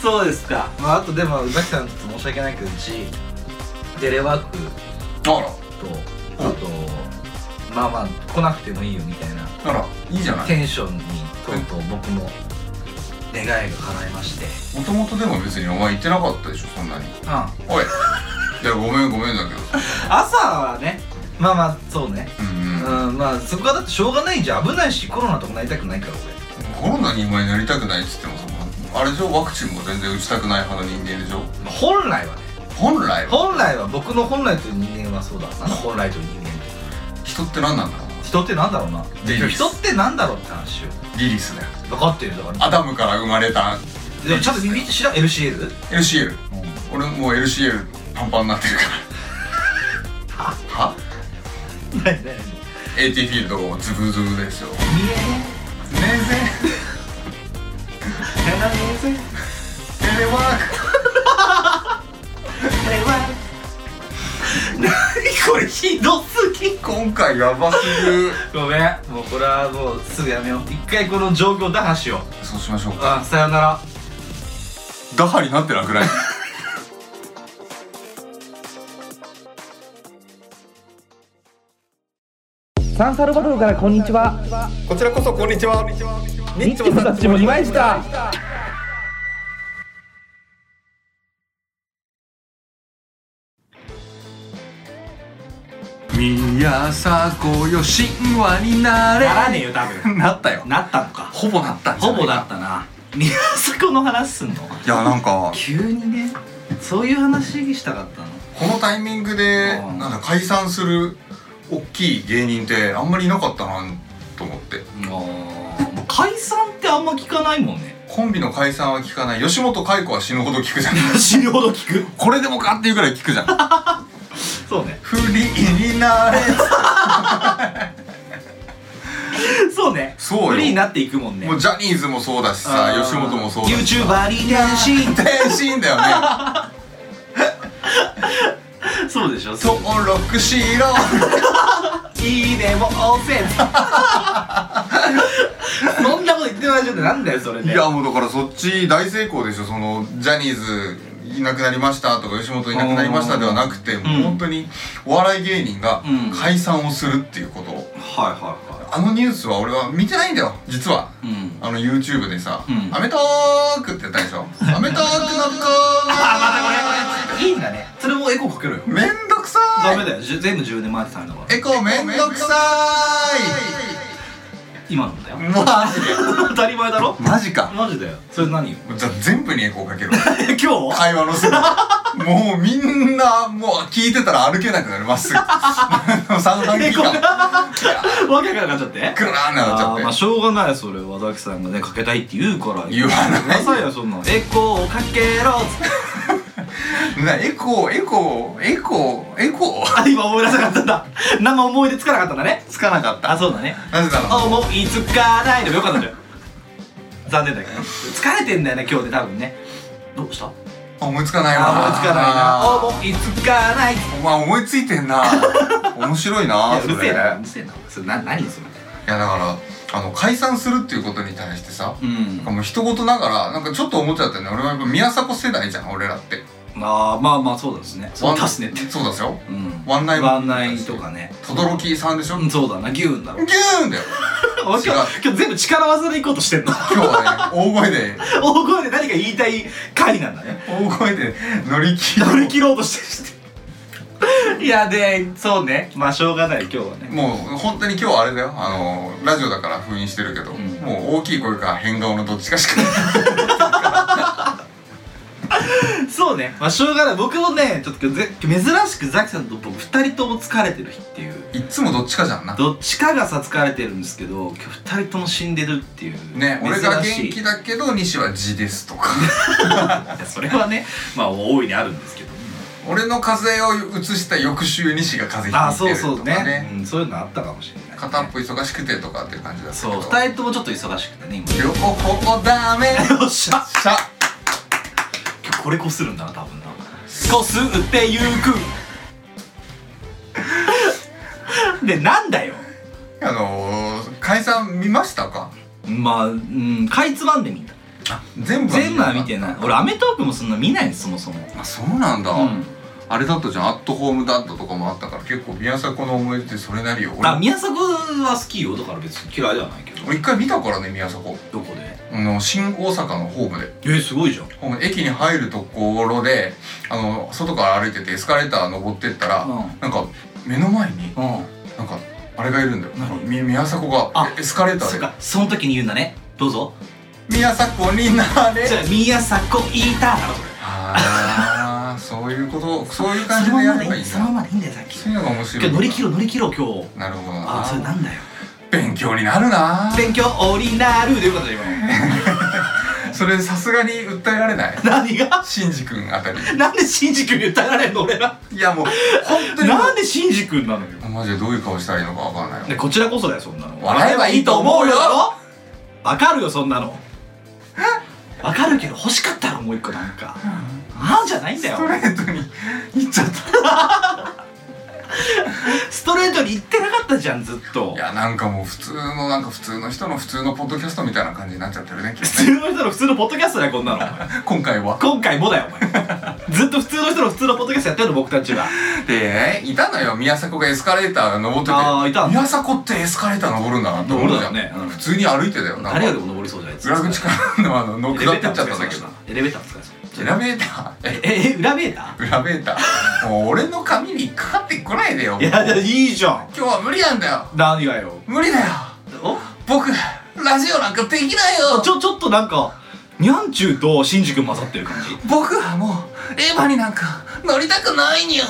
Speaker 4: そうですか
Speaker 6: まああとでも宇崎さんちょっと申し訳ないけどうちテレワーク
Speaker 2: あ
Speaker 6: とあとまあまあ来なくてもいいよみたいな
Speaker 2: らあらいいじゃない
Speaker 6: テンションにとうとう僕も願いが叶いまして
Speaker 2: もともとでも別にお前言ってなかったでしょそんなに
Speaker 6: うんま
Speaker 2: おいいやごめんごめんだけどさ
Speaker 4: 朝はね
Speaker 6: あまあそうね
Speaker 2: うんうん
Speaker 6: うんまあそこはだってしょうがないじゃん危ないしコロナとかなりたくないから俺
Speaker 2: コロナに今なりたくないっつってもそのあれでしょワクチンも全然打ちたくない派の人間でしょ
Speaker 6: まあ本来はね
Speaker 2: 本来は
Speaker 6: 本来は僕の本来という人間はそうだな本来という人間って
Speaker 2: 人って何なんだろ
Speaker 6: 人ってなんだろうな
Speaker 2: リリース
Speaker 6: 人ってなんだろうって話を
Speaker 2: うリリスだよ
Speaker 6: 分かってるだから
Speaker 2: アダムから生まれた
Speaker 6: でもちょっと見て知らん LCL?
Speaker 2: LCL 俺もう LCL パンパンになってるからは
Speaker 6: 何何
Speaker 2: AT フィールドズブズブですよね
Speaker 6: 見えね
Speaker 2: えぜ
Speaker 6: えな見えね
Speaker 2: テレワー
Speaker 6: えは
Speaker 4: 何これひどすぎ
Speaker 2: ク今回やばすぎる
Speaker 6: ごめんもうこれはもうすぐやめよう一回この状況打破しよう
Speaker 2: そうしましょうか
Speaker 6: あさよなら
Speaker 2: ダハになってなくない
Speaker 7: サンサルバドルからこんにちは。
Speaker 5: こちらこそこんにちは
Speaker 7: ニッチもたちもいました。
Speaker 2: 宮迫よ神話になれ
Speaker 4: ならねえよ多分
Speaker 2: なったよ
Speaker 4: なったの か
Speaker 2: ほぼなったんじゃ
Speaker 4: ほ
Speaker 2: ない
Speaker 4: ぼだったな宮迫の話すんの
Speaker 2: いやなんか
Speaker 4: 急にねそういう話したかったの
Speaker 2: このタイミングで
Speaker 4: うん
Speaker 2: なんか解散する大きい芸人ってあんまりいなかったなと思って
Speaker 4: もう解散ってあんま聞かないもんね
Speaker 2: コンビの解散は聞かない吉本解雇は死ぬほど聞くじゃん
Speaker 4: 死ぬほど聞く
Speaker 2: これでもかっていうぐらい聞くじゃん
Speaker 4: そうね
Speaker 2: 不利になれ
Speaker 4: そうね
Speaker 2: そうよ
Speaker 4: フリーになっていくもんね
Speaker 2: もうジャニーズもそうだしさ吉本もそうだし
Speaker 4: YouTuber に転身
Speaker 2: 天心だよね
Speaker 4: そうでしょそう
Speaker 2: 登録しろ
Speaker 4: いいねも押せそんなこと言ってないじゃんなんだよそれ
Speaker 2: い
Speaker 4: で
Speaker 2: やもうだからそっち大成功でしょそのジャニーズいなくなりましたとか吉本いなくなりましたではなくてもう本当にお笑い芸人が
Speaker 4: うん
Speaker 2: 解散をするっていうこと、
Speaker 4: はいはいは
Speaker 2: あのニュースは俺は見てないんだよ実はい
Speaker 4: うん
Speaker 2: あの YouTube でさ
Speaker 4: うん
Speaker 2: アメトーーク」ってやったでしょ「アメトーークのコーナー
Speaker 6: いいんだね
Speaker 4: それもエコーかけろよ」
Speaker 2: めんどくさ
Speaker 4: ダメ
Speaker 2: ーい
Speaker 4: だよじゅ全部10年前ってたんだから
Speaker 2: エコめんどくさ
Speaker 4: 今のだよ
Speaker 2: ーいマジで
Speaker 4: 当たり前だろ
Speaker 2: マジか
Speaker 4: マジだよそれ何よ
Speaker 2: じゃあ全部にエコーかけろ
Speaker 4: 今日
Speaker 2: 会話のすぐもうみんなもう聞いてたら歩けなくなるまっす ぐ三半規管
Speaker 4: わけがなくなっちゃって
Speaker 2: グラーンなっちゃ
Speaker 4: あ
Speaker 2: っ
Speaker 4: ー
Speaker 2: て、
Speaker 4: まあしょうがないそれ和崎さんがねかけたいって言うから
Speaker 2: 言わない
Speaker 4: くださいよそんなのエコーをかけろっつって
Speaker 2: なエコーエコーエコーエコー
Speaker 4: あ今思い出さなかったんだ 何も思い出つかなかったんだね
Speaker 2: つかなかった
Speaker 4: あそうだね
Speaker 2: なぜなら
Speaker 4: 思いつかないでもよかったじゃん残念だけど疲れてんだよね今日で多分ねどうした
Speaker 2: あ思いつかないわ
Speaker 4: あー思いつかないな
Speaker 2: あ
Speaker 4: 思いつかない
Speaker 2: ーお前思いついてんな面白い
Speaker 4: い
Speaker 2: な
Speaker 4: やう
Speaker 2: それ
Speaker 4: るせえ
Speaker 2: い
Speaker 4: なう
Speaker 2: や
Speaker 4: るせえなそれな何そ
Speaker 2: だ
Speaker 4: れ
Speaker 2: からあの解散するっていうことに対してさ
Speaker 4: うん
Speaker 2: なんかもう人事ながらなんかちょっと思っちゃったよね俺はやっぱ宮迫世代じゃん俺らって
Speaker 4: ああまあまあそうですねそうだすねって
Speaker 2: そうだすよ
Speaker 4: うん
Speaker 2: ワンナイ
Speaker 4: ワンナイとかね
Speaker 2: 轟さんでしょ、
Speaker 4: う
Speaker 2: ギ
Speaker 4: んそうだな牛 だろ
Speaker 2: ューンだよ
Speaker 4: 今日今日全部力技でいこうとして んの
Speaker 2: 今日はね大声で
Speaker 4: 大声で何か言いたい回なんだね
Speaker 2: 大声で乗り切
Speaker 4: 乗り切ろうとし ていやでそうねまあしょうがない今日はね
Speaker 2: もう本当に今日はあれだよあのラジオだから封印してるけど、
Speaker 4: ん
Speaker 2: もう大きい声か変顔のどっちかしか
Speaker 4: そうねまあしょうがない僕もねちょっと今日ぜ珍しくザキさんと僕2人とも疲れてる日っていう
Speaker 2: いっつもどっちかじゃんな
Speaker 4: どっちかがさ疲れてるんですけど今日2人とも死んでるっていう
Speaker 2: ね俺が元
Speaker 4: 珍しい
Speaker 2: 気だけど西は地ですとか
Speaker 4: いやそれはねまあ大いにあるんですけど
Speaker 2: 俺の風邪を移した翌週西が風
Speaker 4: ああ
Speaker 2: 邪ひ
Speaker 4: そう
Speaker 2: いてると
Speaker 4: そ
Speaker 2: か
Speaker 4: うね
Speaker 2: ね
Speaker 4: うん、そういうのあったかもしれない、
Speaker 2: 片っぽ忙しくてとかっていう感じだったけ
Speaker 4: そう
Speaker 2: ど
Speaker 4: 2人ともちょっと忙しくてね今
Speaker 2: 両方ダメ
Speaker 4: よっしゃ
Speaker 2: しゃ
Speaker 4: 今日これこするんだな多分なこすってゆく でなんだよ
Speaker 2: あのー、解散見ましたか
Speaker 4: まあうんかいつまんで見た
Speaker 2: 全部
Speaker 4: 全部は見
Speaker 2: な
Speaker 4: て
Speaker 2: い
Speaker 4: ない 俺アメトーークもそんな見ないですそもそも
Speaker 2: あそうなんだ、
Speaker 4: うん
Speaker 2: あれだったじゃん「アットホームダット」とかもあったから結構宮迫の思い出ってそれなりよ
Speaker 4: あ
Speaker 2: 俺
Speaker 4: 宮迫は好きよだから別に嫌いではないけど
Speaker 2: 俺一回見たからね宮迫
Speaker 4: どこで
Speaker 2: あの新大阪のホームで
Speaker 4: えすごいじゃん
Speaker 2: ホーム駅に入るところであの外から歩いててエスカレーター登ってったら、
Speaker 4: うん
Speaker 2: なんか目の前に
Speaker 4: うん
Speaker 2: なんかあれがいるんだよ
Speaker 4: 何
Speaker 2: み宮迫が
Speaker 4: あ
Speaker 2: エスカレータ
Speaker 4: そ
Speaker 2: ー
Speaker 4: っ
Speaker 2: で
Speaker 4: かその時に言うんだねどうぞ
Speaker 2: 「宮迫になれ
Speaker 4: じゃあ宮迫いただろそれ」
Speaker 2: ああそういうことそういう感
Speaker 4: そ
Speaker 2: じで
Speaker 4: のま
Speaker 2: や
Speaker 4: ま
Speaker 2: れば
Speaker 4: でい
Speaker 2: い
Speaker 4: い
Speaker 2: い
Speaker 4: そのま
Speaker 2: な
Speaker 4: までいいんだよさっき
Speaker 2: そういうのが面白
Speaker 4: 今
Speaker 2: い
Speaker 4: 日乗り切ろう乗り切ろう今日
Speaker 2: なるほど
Speaker 4: あ
Speaker 2: な
Speaker 4: それなんだよ
Speaker 2: 勉強になるな
Speaker 4: 勉強オリナルでよか ったよ今
Speaker 2: それさすがに訴えられない
Speaker 4: 何が
Speaker 2: シンジ君あたり
Speaker 4: なんでシンジ君に訴えられんの俺ら
Speaker 2: いやもう本当に
Speaker 4: なんでシンジ君なのよ
Speaker 2: マジでどういう顔したらいいのかわかんない
Speaker 4: ね
Speaker 2: わ
Speaker 4: こちらこそだよそんなの
Speaker 2: 笑えばいいと思うよ
Speaker 4: だろわかるよそんなのわかるけど欲しかったろもう一個なん かああじゃないんだよ
Speaker 2: ストレートに言っちゃった
Speaker 4: ストレートに言ってなかったじゃんずっと
Speaker 2: いやなんかもう普通のなんか普通の人の普通のポッドキャストみたいな感じになっちゃってるねきっ
Speaker 4: 普
Speaker 2: とね
Speaker 4: 通の人の普通のポッドキャストだよこんなのお前
Speaker 2: 今回は
Speaker 4: 今回もだよお 前ずっと普通の人の普通のポッドキャストやってるの僕たちは
Speaker 2: でいたのよ宮迫がエスカレーター登ってて
Speaker 4: あーいたんだ
Speaker 2: 宮迫ってエスカレーター登るんだなって思うじゃん、
Speaker 4: 登るだろうねうん
Speaker 2: 普通に歩いてたよなん
Speaker 4: 誰より
Speaker 2: か
Speaker 4: も登りそうじゃないです
Speaker 2: 裏口からのあのノッ
Speaker 4: エ
Speaker 2: ク
Speaker 4: レ
Speaker 2: ダ
Speaker 4: ベ
Speaker 2: ウン
Speaker 4: ー
Speaker 2: ち
Speaker 4: タ
Speaker 2: ゃ
Speaker 4: ー
Speaker 2: っ
Speaker 4: も
Speaker 2: たんだ
Speaker 4: 使いそうだ
Speaker 2: け
Speaker 4: し
Speaker 2: ど
Speaker 4: なエレベーターも使いそう
Speaker 2: エラベーターえ
Speaker 4: ええ裏ベータ
Speaker 2: 裏ベーターもう俺の髪にかかってこないでよ
Speaker 4: ーいやいやいいじゃん
Speaker 2: 今日は無理なんだよ
Speaker 4: 何がよ
Speaker 2: 無理だよ
Speaker 4: お
Speaker 2: 僕ラジオなんかできないよ
Speaker 4: ちょちょっとなんかにゃんちゅうと新宿混ざってる感じ
Speaker 2: 僕はもうエヴァになんか乗りたくないにゃ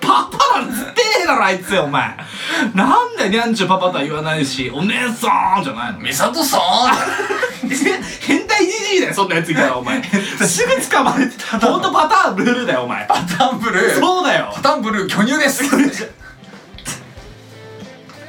Speaker 4: パパなんつってねえだろあいつお前なんでにゃんちゅうパパとは言わないしお姉さんじゃないの
Speaker 2: 美里さ
Speaker 4: 変態じじいだよそんなやついたらお 前すぐ捕まれてたほんとパターンルールだよお前
Speaker 2: んパタンブルー
Speaker 4: そうだよ
Speaker 2: パタンブルー巨乳です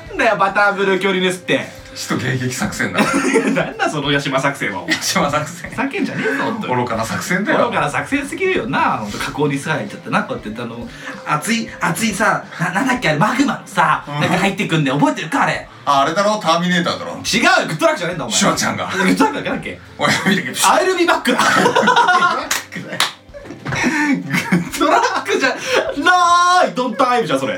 Speaker 4: なんだよパターンブルー距離ですって
Speaker 2: 首都迎撃作戦だ
Speaker 4: なんだその八島作戦はお前
Speaker 2: 島作戦
Speaker 4: 叫んじゃねえぞほんとに
Speaker 2: 愚かな作戦だ
Speaker 4: 心
Speaker 2: よ
Speaker 4: から作戦すぎるよなほんと加工にさ入っちゃってなこうやってあの熱い熱いさななんだっけあれマグマのさなんか入ってくんで覚えてるかあれ
Speaker 2: ああれだろターミネーターだろ
Speaker 4: 違うよグッドラックじゃねえんだお前
Speaker 2: シュワちゃんが
Speaker 4: グッドラックだっけ
Speaker 2: 親指だけピシッ
Speaker 4: アイルビバックだグッドラックじゃなーいドンタイムじゃんそれ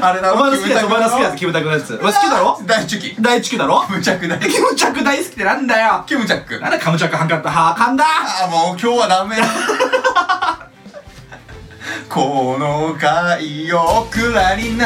Speaker 2: あれだ
Speaker 4: お
Speaker 2: ろ
Speaker 4: 前の好きなやつお前の好きなやつ
Speaker 2: つ
Speaker 4: キムタクのやつお前好きだろ
Speaker 2: 大チュキ
Speaker 4: 大地区だろ
Speaker 2: 無着だ
Speaker 4: キムチャク大好きってなんだよ
Speaker 2: キムチャッ ク
Speaker 4: なんだカムチャクハンカッタハーカンだ
Speaker 2: ああもう今日はダ メだこの回をクラにな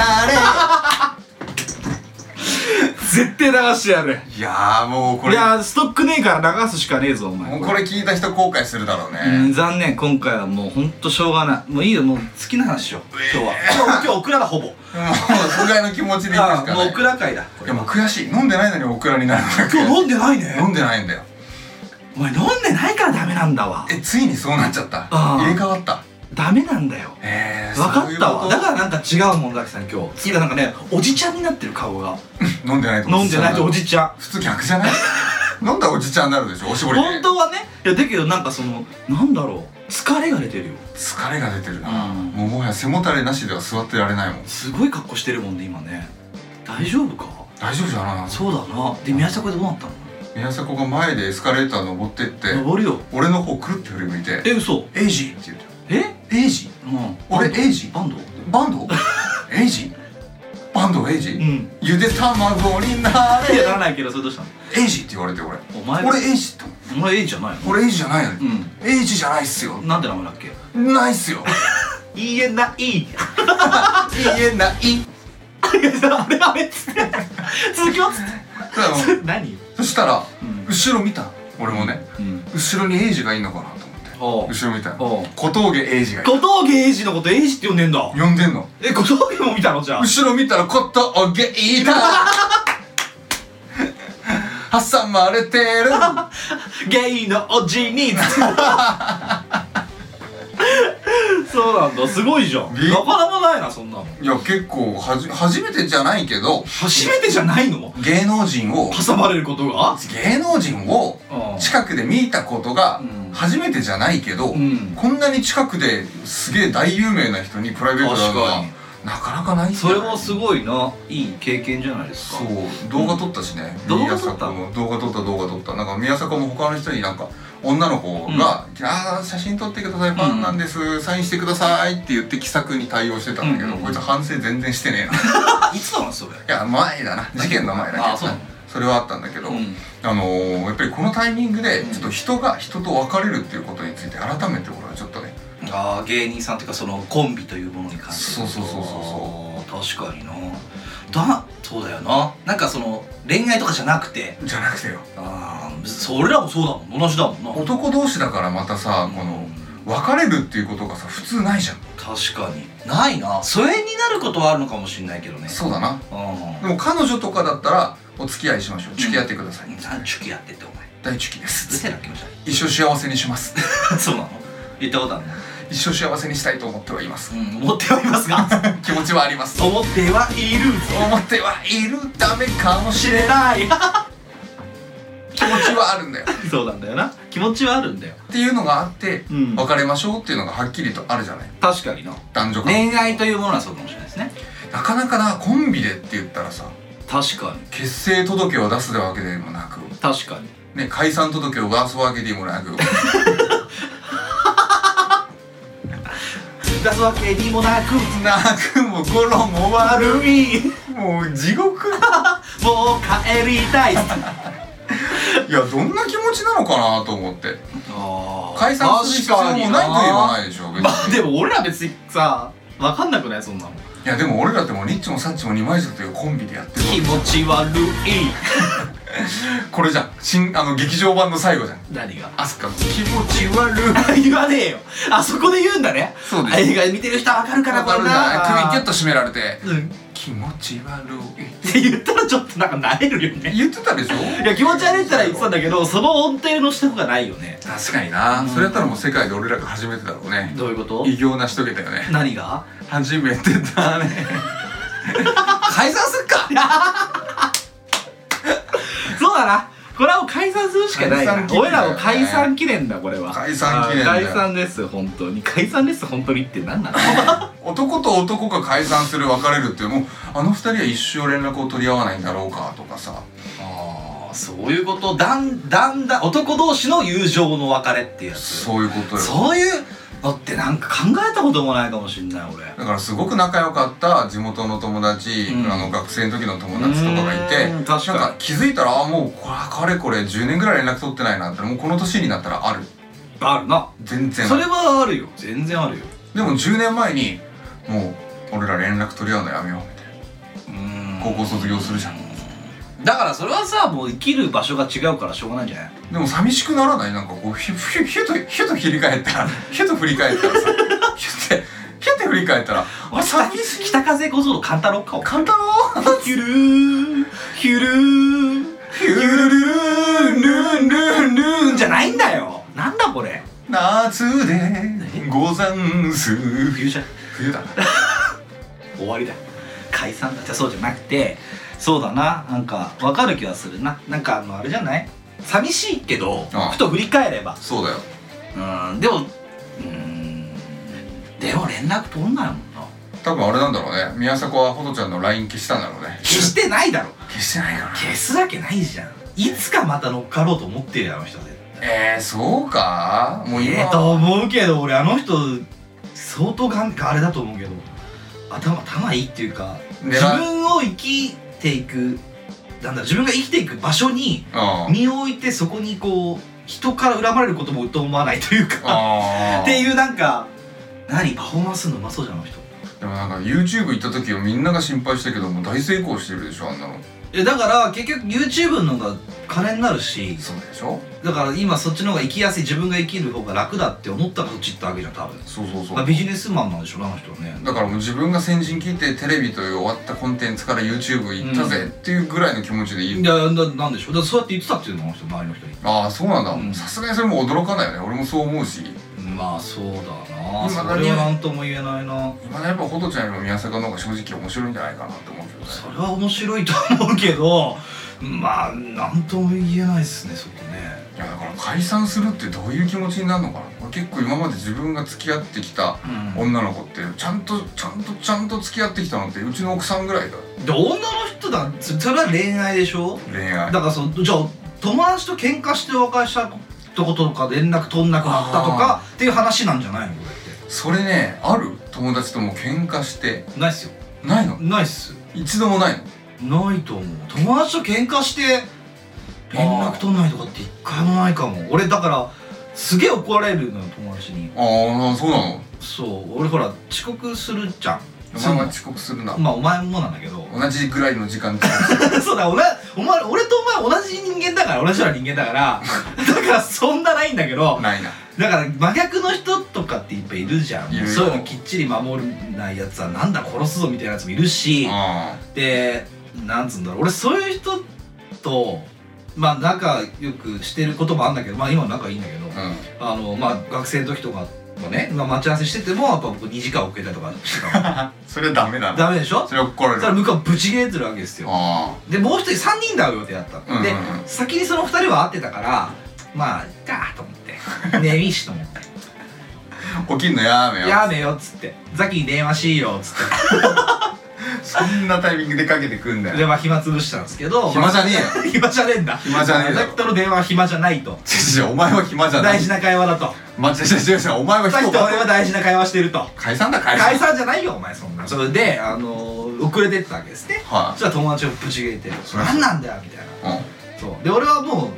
Speaker 4: 絶対流してやる
Speaker 2: れいやーもうこ
Speaker 4: い
Speaker 2: れ
Speaker 4: やーストックねえから流すしかねえぞお前
Speaker 2: もうこれ聞いた人後悔するだろうね、
Speaker 4: うん、残念今回はもうほんとしょうがないもういいよもう好きな話しよう今日は今日今日オクラ だほぼ
Speaker 2: もうそれぐらいの気持ちでいくし
Speaker 4: あ
Speaker 2: か
Speaker 4: あも
Speaker 2: な
Speaker 4: う
Speaker 2: い
Speaker 4: オクラ会だ
Speaker 2: いやもう悔しい飲んでないのにオクラになるんだけ
Speaker 4: 今日飲んでない
Speaker 2: 飲
Speaker 4: ね
Speaker 2: んでないんだよ
Speaker 4: お前飲んでないからダメなんだわ
Speaker 2: えついにそうなっちゃった
Speaker 4: あー
Speaker 2: 入れ替わった
Speaker 4: ダメなんだよ
Speaker 2: えー
Speaker 4: 分かったわ
Speaker 2: そういうこと
Speaker 4: だからなんか違うもんだきさん今日次はなんかねおじちゃんになってる顔が
Speaker 2: 飲んでないと
Speaker 4: 飲んでないとおじちゃん
Speaker 2: 普通逆じゃない飲んだらおじちゃんになるでしょおしぼりで
Speaker 4: 本当はねいやだけどなんかそのなんだろう疲れが出てるよ
Speaker 2: 疲れが出てるな、
Speaker 4: うん
Speaker 2: もうもはや背もたれなしでは座ってられないもん
Speaker 4: すごい格好してるもんね今ね大丈夫か
Speaker 2: 大丈夫じゃな
Speaker 4: そうだなで宮迫どうなったの
Speaker 2: 宮迫が前でエスカレーター登ってって
Speaker 4: 登るよ
Speaker 2: 俺の方くるって振り向いて
Speaker 4: え嘘
Speaker 2: 「エイジ!」って言ってる
Speaker 4: え
Speaker 2: 「エイジ
Speaker 4: うん
Speaker 2: 俺エイジ
Speaker 4: バンド
Speaker 2: バン ドエイジバンドエイジ、
Speaker 4: ん
Speaker 2: ゆで卵にない
Speaker 4: や
Speaker 2: れ
Speaker 4: ならないけどそれどうしたの
Speaker 2: エイジって言われて俺
Speaker 4: お前
Speaker 2: 俺エイジって
Speaker 4: お前ええじゃないの
Speaker 2: 俺エイジじゃないの
Speaker 4: う
Speaker 2: に、
Speaker 4: ん
Speaker 2: エイジじゃないっすよ
Speaker 4: なんて名前だっけ
Speaker 2: ないっすよ
Speaker 4: 言えない
Speaker 2: 言えない
Speaker 4: あれあれっつって続きはっつっ
Speaker 2: だからもう
Speaker 4: て何
Speaker 2: そしたら、
Speaker 4: うん
Speaker 2: 後ろ見た俺もね
Speaker 4: うん
Speaker 2: 後ろにエイジがいいのかなと思って
Speaker 4: おう
Speaker 2: 後ろ見たら
Speaker 4: おう
Speaker 2: 小峠エイジがいる
Speaker 4: 小峠英二のこと英二って呼んでんだ
Speaker 2: 呼んでんの
Speaker 4: え小峠も見たのじゃあ
Speaker 2: 後ろ見たら小峠い た挟まれてる
Speaker 4: ゲイのおじに そうなんだすごいじゃん
Speaker 2: え
Speaker 4: なかなかないなそんなの
Speaker 2: いや結構はじ初めてじゃないけど
Speaker 4: 初めてじゃないの
Speaker 2: 芸能人を
Speaker 4: 挟まれることが
Speaker 2: 芸能人を
Speaker 4: うん
Speaker 2: 近くで見たことが
Speaker 4: うん
Speaker 2: 初めてじゃないけど、
Speaker 4: うん
Speaker 2: こんなに近くですげえ大有名な人にプライベートだのは
Speaker 4: 確
Speaker 2: なかなかないんじゃ
Speaker 4: そ
Speaker 2: な
Speaker 4: れ
Speaker 2: い
Speaker 4: もすごいないい経験じゃないですか
Speaker 2: そう動画撮ったしね、
Speaker 4: 動画撮った
Speaker 2: 宮迫も動画撮った動画撮ったなんか宮迫も他の人になんか女の子が「ああ写真撮ってくださいファンなんです、サインしてください」って言って気さくに対応してたんだけど、
Speaker 4: うん
Speaker 2: こいつ反省全然してねえない
Speaker 4: あいつなのそれ
Speaker 2: や前だな事件の前だけど
Speaker 4: あそう
Speaker 2: なそれはあったんだけど、
Speaker 4: うん
Speaker 2: あのーやっぱりこのタイミングでちょっと人が人と別れるっていうことについて改めて俺はちょっとね
Speaker 4: ああ芸人さんっていうかそのコンビというものに関して
Speaker 2: そうそうそうそう
Speaker 4: そう確かになだそうだよななんかその恋愛とかじゃなくて
Speaker 2: じゃなくてよ
Speaker 4: ああそ俺らもそうだもん同じだもんな
Speaker 2: 男同士だからまたさこ
Speaker 4: う
Speaker 2: の
Speaker 4: ん
Speaker 2: 別れるっていうことがさ普通ないじゃん
Speaker 4: 確かにないな疎遠になることはあるのかもしれないけどね
Speaker 2: そうだな
Speaker 4: うん
Speaker 2: でも彼女とかだったらお付き合いしましょう付き合ってください、
Speaker 4: 何チュキやってってお前
Speaker 2: 大チュキで
Speaker 4: うる
Speaker 2: す
Speaker 4: せえな気持ち
Speaker 2: 一生幸せにします
Speaker 4: 悪い そうなの言ったことあるの
Speaker 2: 一生幸せにしたいと思ってはいます
Speaker 4: うん思ってはいますが
Speaker 2: 気持ちはあります
Speaker 4: 思ってはいるぞ
Speaker 2: 思ってはいるダメかもし
Speaker 4: 知
Speaker 2: れ
Speaker 4: れ
Speaker 2: ない
Speaker 4: ない
Speaker 2: 気持ちはあるんだよ
Speaker 4: そうなんだよな気持ちはあるんだよ
Speaker 2: っていうのがあって、
Speaker 4: うん
Speaker 2: 別れましょうっていうのがはっきりとあるじゃない
Speaker 4: 確かにな
Speaker 2: 男女間
Speaker 4: 恋愛というものはそうかもしれないですね
Speaker 2: なかなかなコンビでって言ったらさ
Speaker 4: 確かに
Speaker 2: 結成届を出すわけでもなく、
Speaker 4: 確かに
Speaker 2: ね、解散届を出すわけでも なく
Speaker 4: 出すわけにもなく
Speaker 2: なくも衣は
Speaker 4: 悪い
Speaker 2: もう地獄
Speaker 4: もう帰りたい
Speaker 2: いやどんな気持ちなのかなと思って
Speaker 4: あー
Speaker 2: 解散する必要もないと言わないでしょ別
Speaker 4: まあ
Speaker 2: に
Speaker 4: でも俺ら別にさ分かんなくないそんなの
Speaker 2: いやでも俺らってもうニッチもサッチも二枚舌というコンビでやってる
Speaker 4: 気持ち悪い
Speaker 2: これじゃん新あの劇場版の最後じゃん
Speaker 4: 何が
Speaker 2: アスカの気持ち悪い
Speaker 4: 言わねえよあそこで言うんだね
Speaker 2: そうです
Speaker 4: 映画見てる人は分かるから
Speaker 2: わ
Speaker 4: こ
Speaker 2: か
Speaker 4: れ
Speaker 2: るな
Speaker 4: な
Speaker 2: 首ギュッと締められて
Speaker 4: うんっ
Speaker 2: 気持ち悪い
Speaker 4: て言ったらちょっとなんか慣れるよね
Speaker 2: 言ってたでしょ
Speaker 4: いや気持ち悪いって言ったら言ってたんだけどその音程の人がないよね
Speaker 2: 確かにな、それやったらもう世界で俺らが初めてだろうね
Speaker 4: どういうこと
Speaker 2: 偉業成し遂げたよね
Speaker 4: 何が
Speaker 2: 初めてだ ね解散すっか
Speaker 4: そうだなこれはもう解散するしかな
Speaker 2: 解
Speaker 4: い
Speaker 2: 散
Speaker 4: な
Speaker 2: 記念
Speaker 4: 俺
Speaker 2: だよね
Speaker 4: らも解散記念だこれは
Speaker 2: 解散記念だ
Speaker 4: 解
Speaker 2: よ
Speaker 4: 散です本当に解散です本当にって何なの
Speaker 2: 男と男が解散する別れるってもうあの二人は一生連絡を取り合わないんだろうかとかさ
Speaker 4: ああそういうことだんだんだ男同士の友情の別れってやつ
Speaker 2: そういうことよ
Speaker 4: そういうのってなんか考えたこともないかもしんない俺
Speaker 2: だからすごく仲良かった地元の友達、
Speaker 4: うん
Speaker 2: あの学生の時の友達とかがいて
Speaker 4: うー
Speaker 2: なんん
Speaker 4: 確かに
Speaker 2: か気づいたらあもうこれかれこれ10年ぐらい連絡取ってないなってもうこの年になったらある
Speaker 4: あるな
Speaker 2: 全然あ
Speaker 4: そ
Speaker 2: る
Speaker 4: れはあるよ全然あるよ
Speaker 2: でも10年前にもう俺ら連絡取り合うのやめようみたいな
Speaker 4: うん
Speaker 2: 高校卒業するじゃん
Speaker 4: だからそれはさもう生きる場所が違うからしょうがないんじゃない
Speaker 2: でも寂しくならないなんかこうひゅひゅひゅとひゅと振り返ったら ひゅと振り返ったらさひゅってひゅって振り返ったらあ寂しい
Speaker 4: 北風小僧の勘太郎かお前
Speaker 2: 簡単の
Speaker 4: ヒュルーヒュルー
Speaker 2: ヒュルルルンルンルンルン
Speaker 4: じゃないんだよなんだこれ
Speaker 2: 夏でござんす
Speaker 4: 冬じゃん
Speaker 2: 冬だな
Speaker 4: 終わりだ解散だじゃそうじゃなくてそうだななんか分かる気はするななんかあのあれじゃない寂しいけど
Speaker 2: ああ
Speaker 4: ふと振り返れば
Speaker 2: そうだよ
Speaker 4: うんでもうんでも連絡取んないもんな
Speaker 2: 多分あれなんだろうね宮迫はほとちゃんの LINE 消したんだろうね
Speaker 4: 消してないだろ
Speaker 2: 消してないか
Speaker 4: 消すわけないじゃんいつかまた乗っかろうと思ってるよあの人は絶
Speaker 2: なえー、そうかもう
Speaker 4: 対
Speaker 2: 今
Speaker 4: ええと思うけど俺あの人相当なんかあれだと思うけど頭頭いいっていうか
Speaker 2: 狙
Speaker 4: 自分を生きていくなんだ自分が生きていく場所に
Speaker 2: うん
Speaker 4: 身を置いてそこにこう人から恨まれることもうと思わないというか
Speaker 2: あー
Speaker 4: っていうなんか何パフォーマンスするのうまそうじゃんあの人
Speaker 2: でもなんか YouTube 行った時はみんなが心配したけどもう大成功してるでしょあんなの
Speaker 4: えだから結局 YouTube の方が金になるし
Speaker 2: そうでしょ
Speaker 4: だから今そっちの方が生きやすい自分が生きる方が楽だって思ったらそっち行ったわけじゃん多分、
Speaker 2: そうそうそう
Speaker 4: まあ、ビジネスマンなんでしょうねあの人はね
Speaker 2: だからもう自分が先陣切ってテレビという終わったコンテンツから YouTube 行ったぜっていうぐらいの気持ちでいい、
Speaker 4: いやななんでしょうだからそうやって言ってたっていうのあの人周りの人に
Speaker 2: ああそうなんだ
Speaker 4: うん
Speaker 2: さすがにそれも驚かないよね俺もそう思うし
Speaker 4: まあそうだな
Speaker 2: 今
Speaker 4: それは何とも言えないな
Speaker 2: 今だやっぱほとちゃんよりも宮坂の方が正直面白いんじゃないかなって思うけどね
Speaker 4: それは面白いと思うけどまあ何とも言えないですねそこね
Speaker 2: いやだから解散するってどういう気持ちになるのかな俺結構今まで自分が付き合ってきた
Speaker 4: うん
Speaker 2: 女の子ってちゃんとちゃんとちゃんと付き合ってきたのってうちの奥さんぐらいだよ
Speaker 4: で女の人だそそれは恋愛でしょ
Speaker 2: 恋
Speaker 4: だ
Speaker 2: 愛
Speaker 4: からそのじゃあ友達と喧嘩して和解したってこととか連絡取んなくなったとかっていう話なんじゃないのこれ
Speaker 2: それねある友達とも喧嘩して
Speaker 4: ってないっすよ
Speaker 2: ないの
Speaker 4: ないっす
Speaker 2: 一度もないの
Speaker 4: ないと思う友達と喧嘩して連絡取んないとかって一回もないかも俺だからすげえ怒られるのよ友達に
Speaker 2: ああそうなの
Speaker 4: そう俺ほら遅刻するじゃん
Speaker 2: お前は遅刻するな
Speaker 4: まあお前もなんだけど
Speaker 2: 同じぐらいの時間帯
Speaker 4: そうだお前お前俺とお前同じ人間だから同じような人間だからだからそんなないんだけど
Speaker 2: ないな
Speaker 4: だから真逆の人とかっていっぱいいるじゃん
Speaker 2: いるよ
Speaker 4: そういうのきっちり守れないやつはなんだ殺すぞみたいなやつもいるし
Speaker 2: あ
Speaker 4: でなんつうんだろう俺そういう人とまあ仲良くしてることもあるんだけどまあ今は仲いいんだけど
Speaker 2: あうん
Speaker 4: あのまあ学生の時とかもね、まあ、待ち合わせしててもやっぱ僕2時間遅れたりとかして たか
Speaker 2: それはダメだ
Speaker 4: ら
Speaker 2: な
Speaker 4: ダメでしょ
Speaker 2: それは怒ら
Speaker 4: そし
Speaker 2: れ
Speaker 4: たら
Speaker 2: る
Speaker 4: 向こうはブチ切れてるわけですよ
Speaker 2: あ
Speaker 4: でもう一人3人で会う予定だったの、
Speaker 2: うんうんうん
Speaker 4: で先にその2人は会ってたからまあいっかと思って 「ねえいいし」と思って
Speaker 2: あ起きんのやめ
Speaker 4: 「
Speaker 2: よ
Speaker 4: やめよ」っつって「ザキに電話しいよ」っつって
Speaker 2: そんなタイミングでかけてくんだ
Speaker 4: で
Speaker 2: よ
Speaker 4: まあ暇つぶしたんですけど
Speaker 2: 暇じゃねえよ
Speaker 4: まあ 暇じゃねえんだ
Speaker 2: 暇じゃねえだろ
Speaker 4: ザキとの電話は暇じゃないと
Speaker 2: 違う違うお前は暇じゃない
Speaker 4: 大事な会話だと
Speaker 2: ま違う違う違うお前は
Speaker 4: ザキ
Speaker 2: 人
Speaker 4: と俺
Speaker 2: が
Speaker 4: は大事な会話してると
Speaker 2: 解散だ解散
Speaker 4: 解散じゃないよお前そんなそれであのー遅れてったわけですね
Speaker 2: は
Speaker 4: そしたら友達をぶち切れて「
Speaker 2: そりゃそ
Speaker 4: 何
Speaker 2: う、
Speaker 4: なんだよ」みたいないそうで俺はもう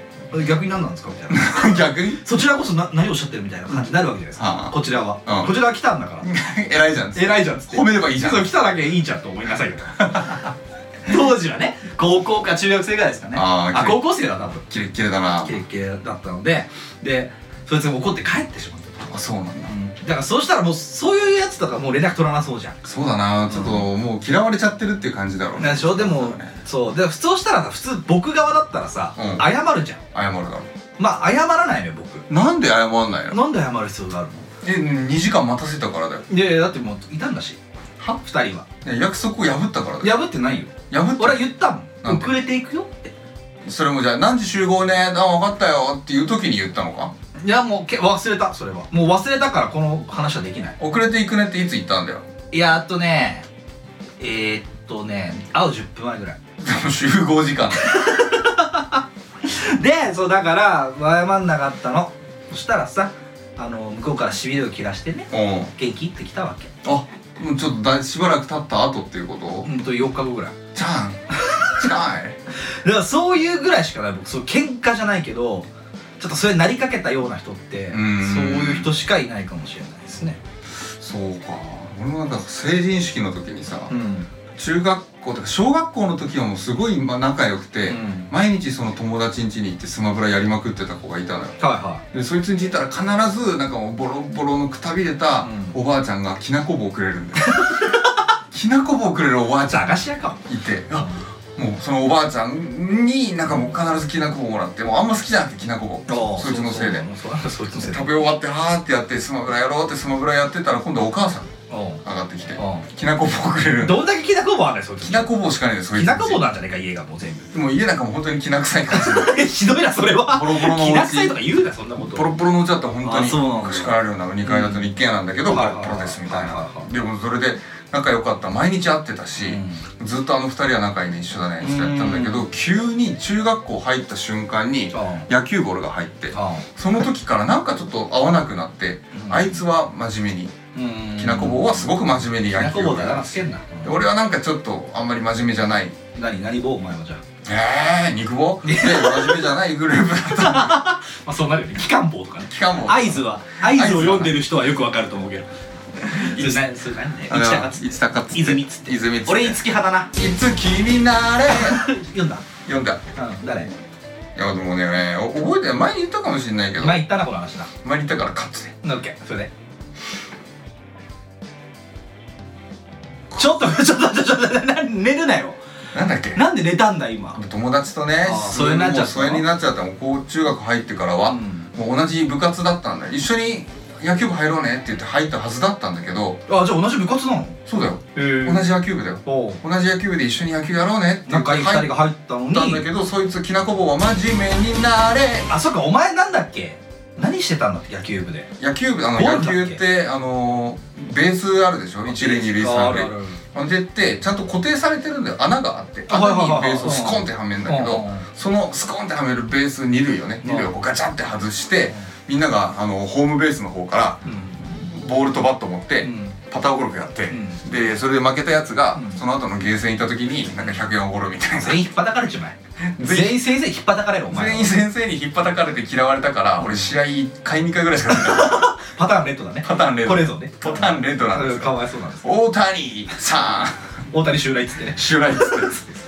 Speaker 4: 逆に何なんですかみたいな
Speaker 2: うん、逆に
Speaker 4: そちらこそな何をおっしゃってるみたいな感じになるわけじゃないです
Speaker 2: うん
Speaker 4: か、こちらは、
Speaker 2: うん
Speaker 4: こちらは来たんだから
Speaker 2: 偉いじゃんっつって
Speaker 4: 偉いじゃんっつって
Speaker 2: 褒めればいいじゃん
Speaker 4: そう来ただけいいじゃんと思いなさい よ当時はね高校か中学生ぐらいですかね
Speaker 2: あーきれい
Speaker 4: 高校生だ多分
Speaker 2: キレッキレだな
Speaker 4: 経験だったのででそいつが怒って帰ってしまった、
Speaker 2: あそうなんだ
Speaker 4: だからそうしたらもうそういうやつとかもう連絡取らなそうじゃん
Speaker 2: そうだなちょっともう嫌われちゃってるっていう感じだろう
Speaker 4: なんでしょでもそうで普通したらさ普通僕側だったらさ、
Speaker 2: うん
Speaker 4: 謝るじゃん
Speaker 2: 謝るだろ
Speaker 4: まあ謝らないのよ僕
Speaker 2: うなんで謝んないの
Speaker 4: なんで謝る必要がある
Speaker 2: え2時間待たせたからだよ
Speaker 4: のいやいやだってもういたんだしは2人はい
Speaker 2: や約束を破ったからだよ
Speaker 4: 破ってないよ
Speaker 2: 破った
Speaker 4: 俺は言った
Speaker 2: な
Speaker 4: も
Speaker 2: ん
Speaker 4: ん
Speaker 2: で
Speaker 4: 遅れていくよって
Speaker 2: それもじゃあ何時集合ねあ分かったよっていう時に言ったのか
Speaker 4: いやもうけ忘れたそれはもう忘れたからこの話はできない
Speaker 2: 遅れていくねっていつ言ったんだよ
Speaker 4: いやあとねえー、っとね会う10分前ぐらい
Speaker 2: でも集合時間だよ
Speaker 4: でそうだから謝んなかったのそしたらさあの向こうからしびれを切らしてね
Speaker 2: うん
Speaker 4: 元気ってきたわけ
Speaker 2: あもうちょっとだしばらく経った後っていうこと
Speaker 4: ほんと4日後ぐらい
Speaker 2: じゃん近い
Speaker 4: だからそういうぐらいしかない僕そう喧嘩じゃないけどちょっとそれなりかけたような人ってそう
Speaker 2: うん
Speaker 4: いう人しかいないかもしれないですね
Speaker 2: そうか俺もなんか成人式の時にさ、
Speaker 4: うん
Speaker 2: 中学校とか小学校の時はもうすごいまあ仲良くて、
Speaker 4: うん
Speaker 2: 毎日その友達ん家に行ってスマブラやりまくってた子がいたのよ
Speaker 4: は
Speaker 2: でそいつに聞いたら必ずなんかもうボロボロのくたびれた
Speaker 4: う
Speaker 2: おばあちゃんが きなこ棒をくれるんだよきなこ棒をくれるおばあ
Speaker 4: い
Speaker 2: ちゃん
Speaker 4: 駄
Speaker 2: が
Speaker 4: 菓
Speaker 2: い
Speaker 4: 子屋か
Speaker 2: てあもうそのおばあちゃんになんかもう必ずきなこ棒もらってもうあんま好きじゃなくてきなこ棒そいつのせいで
Speaker 4: そうそうそいつのせいで
Speaker 2: 食べ終わってはーってやってスマブラやろうってスマブラやってたら今度はお母さん
Speaker 4: う
Speaker 2: 上がってきて
Speaker 4: んうん
Speaker 2: きなこ棒くれる
Speaker 4: どんだけきなこ棒あんねんそいつ
Speaker 2: きなこ棒しかねえよそいつ
Speaker 4: きなこ棒なんじゃねえか家がもう全部
Speaker 2: でも家なんかもう本当にきな臭い感 じで
Speaker 4: ひどいなそれ
Speaker 2: ボロボロ
Speaker 4: は
Speaker 2: のお家
Speaker 4: きな臭いとか言うなそんなこと
Speaker 2: ポロポロのうちだったら本
Speaker 8: あそうなん
Speaker 2: 当
Speaker 8: だ
Speaker 2: に叱られるような2階建ての一軒家なんだけど
Speaker 4: うん
Speaker 2: ポロポロですみたい
Speaker 4: はいは
Speaker 2: ない
Speaker 4: はいは
Speaker 2: でもそれで仲良かった毎日会ってたし、ずっとあの2人は仲いいね一緒だねってやったんだけど急に中学校入った瞬間に
Speaker 4: うん
Speaker 2: 野球ボールが入ってその時からなんかちょっと合わなくなって、
Speaker 4: うん
Speaker 2: あいつは真面目に
Speaker 4: うん
Speaker 2: きなこ棒はすごく真面目に
Speaker 4: きな
Speaker 2: 野
Speaker 4: こ
Speaker 2: 球
Speaker 4: 棒
Speaker 2: を
Speaker 4: だからつけんな
Speaker 2: で俺はなんかちょっとあんまり真面目じゃない
Speaker 4: 何何棒お前はじゃあ
Speaker 2: えー、肉棒で真面目じゃないグループだった
Speaker 8: まあそうなるよね機関棒とかね
Speaker 2: しかも
Speaker 8: 合図は合図を読んでる人はよくわかると思うけど
Speaker 4: それ何それ何ね
Speaker 2: あの
Speaker 8: 一高っつって
Speaker 2: 一高っつって
Speaker 8: 泉っつって
Speaker 2: 泉っつって
Speaker 8: 俺五木派だない
Speaker 2: つ気になれ
Speaker 4: 読んだ
Speaker 2: 読んだ
Speaker 4: うん誰
Speaker 2: いやでもねお覚えてない前に言ったかもしれないけど
Speaker 4: 前
Speaker 2: 前
Speaker 4: 言ったなこの話な
Speaker 2: に言ったからカットで
Speaker 4: うんオッケーそれで
Speaker 8: ちょっとちょっとちょっとちょっとな寝るなよ
Speaker 2: なんだっけ
Speaker 8: なんで寝たんだ今
Speaker 2: 友達とね
Speaker 8: あー疎遠になっちゃった
Speaker 2: もう疎遠になっちゃったもうこう中学入ってからは、もう同じ部活だったんだよ一緒に野球部入ろうねって言って入ったはずだったんだけど
Speaker 4: あじゃあ同じ部活なの
Speaker 2: そうだよ
Speaker 8: え
Speaker 2: 同じ野球部だよ
Speaker 4: おう
Speaker 2: 同じ野球部で一緒に野球やろうねって言って
Speaker 4: 仲いい2
Speaker 2: 入
Speaker 4: 人
Speaker 2: っ
Speaker 4: が入ったのに
Speaker 2: たんだけどそいつきなこ棒は真面目になれ
Speaker 4: あそっかお前なんだっけ何してたんだっけ野球部で
Speaker 2: 野球部あの
Speaker 4: ボー
Speaker 2: 野
Speaker 4: ルだっけ
Speaker 2: 球ってあのベースあるでしょ一塁二塁三塁
Speaker 4: あるある
Speaker 2: あれってちゃんと固定されてるんだよ穴があって
Speaker 4: あはい
Speaker 2: 穴
Speaker 4: はいは
Speaker 2: に
Speaker 4: い
Speaker 2: ベースをスコンってはめんだけ
Speaker 4: うん
Speaker 2: どそのスコンってはめるベース二塁をね二塁をこうガチャンって外してみんながあのホームベースの方からボールとバット持って
Speaker 4: うん
Speaker 2: パターゴルフやって
Speaker 4: う
Speaker 2: でそれで負けたやつが
Speaker 4: うん
Speaker 2: その後のゲーセン行った時になんか100円おごるみたいな
Speaker 4: 全員引っ張たかれちまえ
Speaker 2: 全員
Speaker 4: 全員先生引っ張たかれるお前
Speaker 2: 全員先生に引っぱたかれて嫌われたから俺試合1回2回ぐらいしか見てない
Speaker 4: パターンレッドだね
Speaker 2: パターンレッド
Speaker 4: これぞね
Speaker 2: パターンレッドなんです
Speaker 4: うんか
Speaker 2: よ
Speaker 4: わいそうなんです
Speaker 2: 大谷さ
Speaker 4: 大谷襲来っつってね
Speaker 2: ん襲来っつって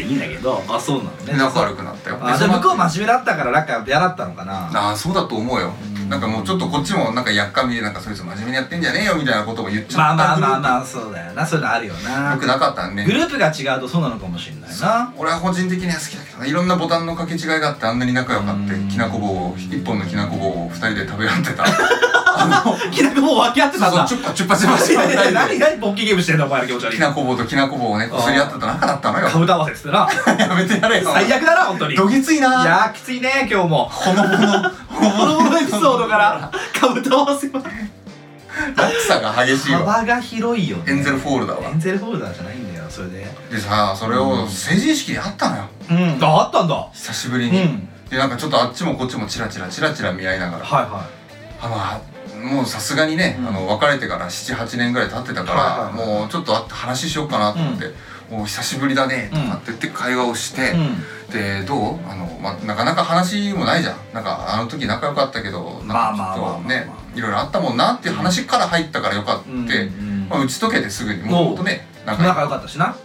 Speaker 8: いやいいんだけどあそうなのね
Speaker 2: 仲悪くなったよ
Speaker 4: あじゃあ向こう真面目だったからなんか嫌だったのかな
Speaker 2: ああそうだと思うよなんかもうちょっとこっちもなんかやっかみでなんかそいつ真面目にやってんじゃねえよみたいなことも言っち
Speaker 4: ま
Speaker 2: ゃ
Speaker 4: あ
Speaker 2: っ
Speaker 4: ま
Speaker 2: た
Speaker 4: あ
Speaker 2: グル
Speaker 4: まあ
Speaker 2: ー
Speaker 4: まあそうだよなそういうのあるよ
Speaker 2: プ
Speaker 4: な
Speaker 2: よくなかったん
Speaker 4: グ
Speaker 2: で
Speaker 4: ループが違うとそうなのかもしれないな
Speaker 2: 俺は個人的には好きだけどないろんなボタンの掛け違いがあってあんなに仲良かってきなこ棒を一本のきなこ棒を二人で食べ合 ってたあの
Speaker 4: きなこ棒分け合ってたんだ
Speaker 2: そうチュッパチュッパチュッパチ
Speaker 4: い
Speaker 2: ュッパ
Speaker 4: やいや
Speaker 2: 二人で
Speaker 4: 何何ボッキーゲームしてんだお前ら気持ち悪い
Speaker 2: きなこ棒ときなこ棒をねこすり合ってた仲だったのよ
Speaker 4: 株と合わせっつって な
Speaker 2: やめてやれよ
Speaker 4: 最悪だな本当にい
Speaker 2: どぎついない
Speaker 4: やーきついね今日も
Speaker 2: ほのぼの
Speaker 4: このエピソードから株と合わせは
Speaker 2: 落差が激しいわ
Speaker 4: 幅が広いよね
Speaker 2: エンゼルフォールだわ
Speaker 4: エンゼルフォルダーじゃないんだよそれで
Speaker 2: でさそれを成人式で会ったのよ
Speaker 4: うんああったんだ
Speaker 2: 久しぶり
Speaker 4: うん
Speaker 2: に、でなんかちょっとあっちもこっちもチラチラチラチラ見合いながら
Speaker 4: はいは
Speaker 2: あのあもうさすがにね、
Speaker 4: うん
Speaker 2: あの別れてから78年ぐらい経ってたから、
Speaker 4: はいはい
Speaker 2: もうちょっと会って話しようかなと思って。もう久しぶりだねとかって言って会話をして、
Speaker 4: う
Speaker 2: でどうあの、まあ、なかなか話もないじゃんなんかあの時仲良かったけど
Speaker 4: ま
Speaker 2: な
Speaker 4: あ
Speaker 2: ん
Speaker 4: ま
Speaker 2: か
Speaker 4: あ
Speaker 2: ち
Speaker 4: まあ
Speaker 2: ょっと
Speaker 4: まあまあ
Speaker 2: ねいろいろあったもんなっていう話から入ったからよかって、
Speaker 4: うんうん
Speaker 2: まあ、打ち解けてすぐにもうほんとね仲良
Speaker 4: 仲
Speaker 2: い
Speaker 4: 良かったしな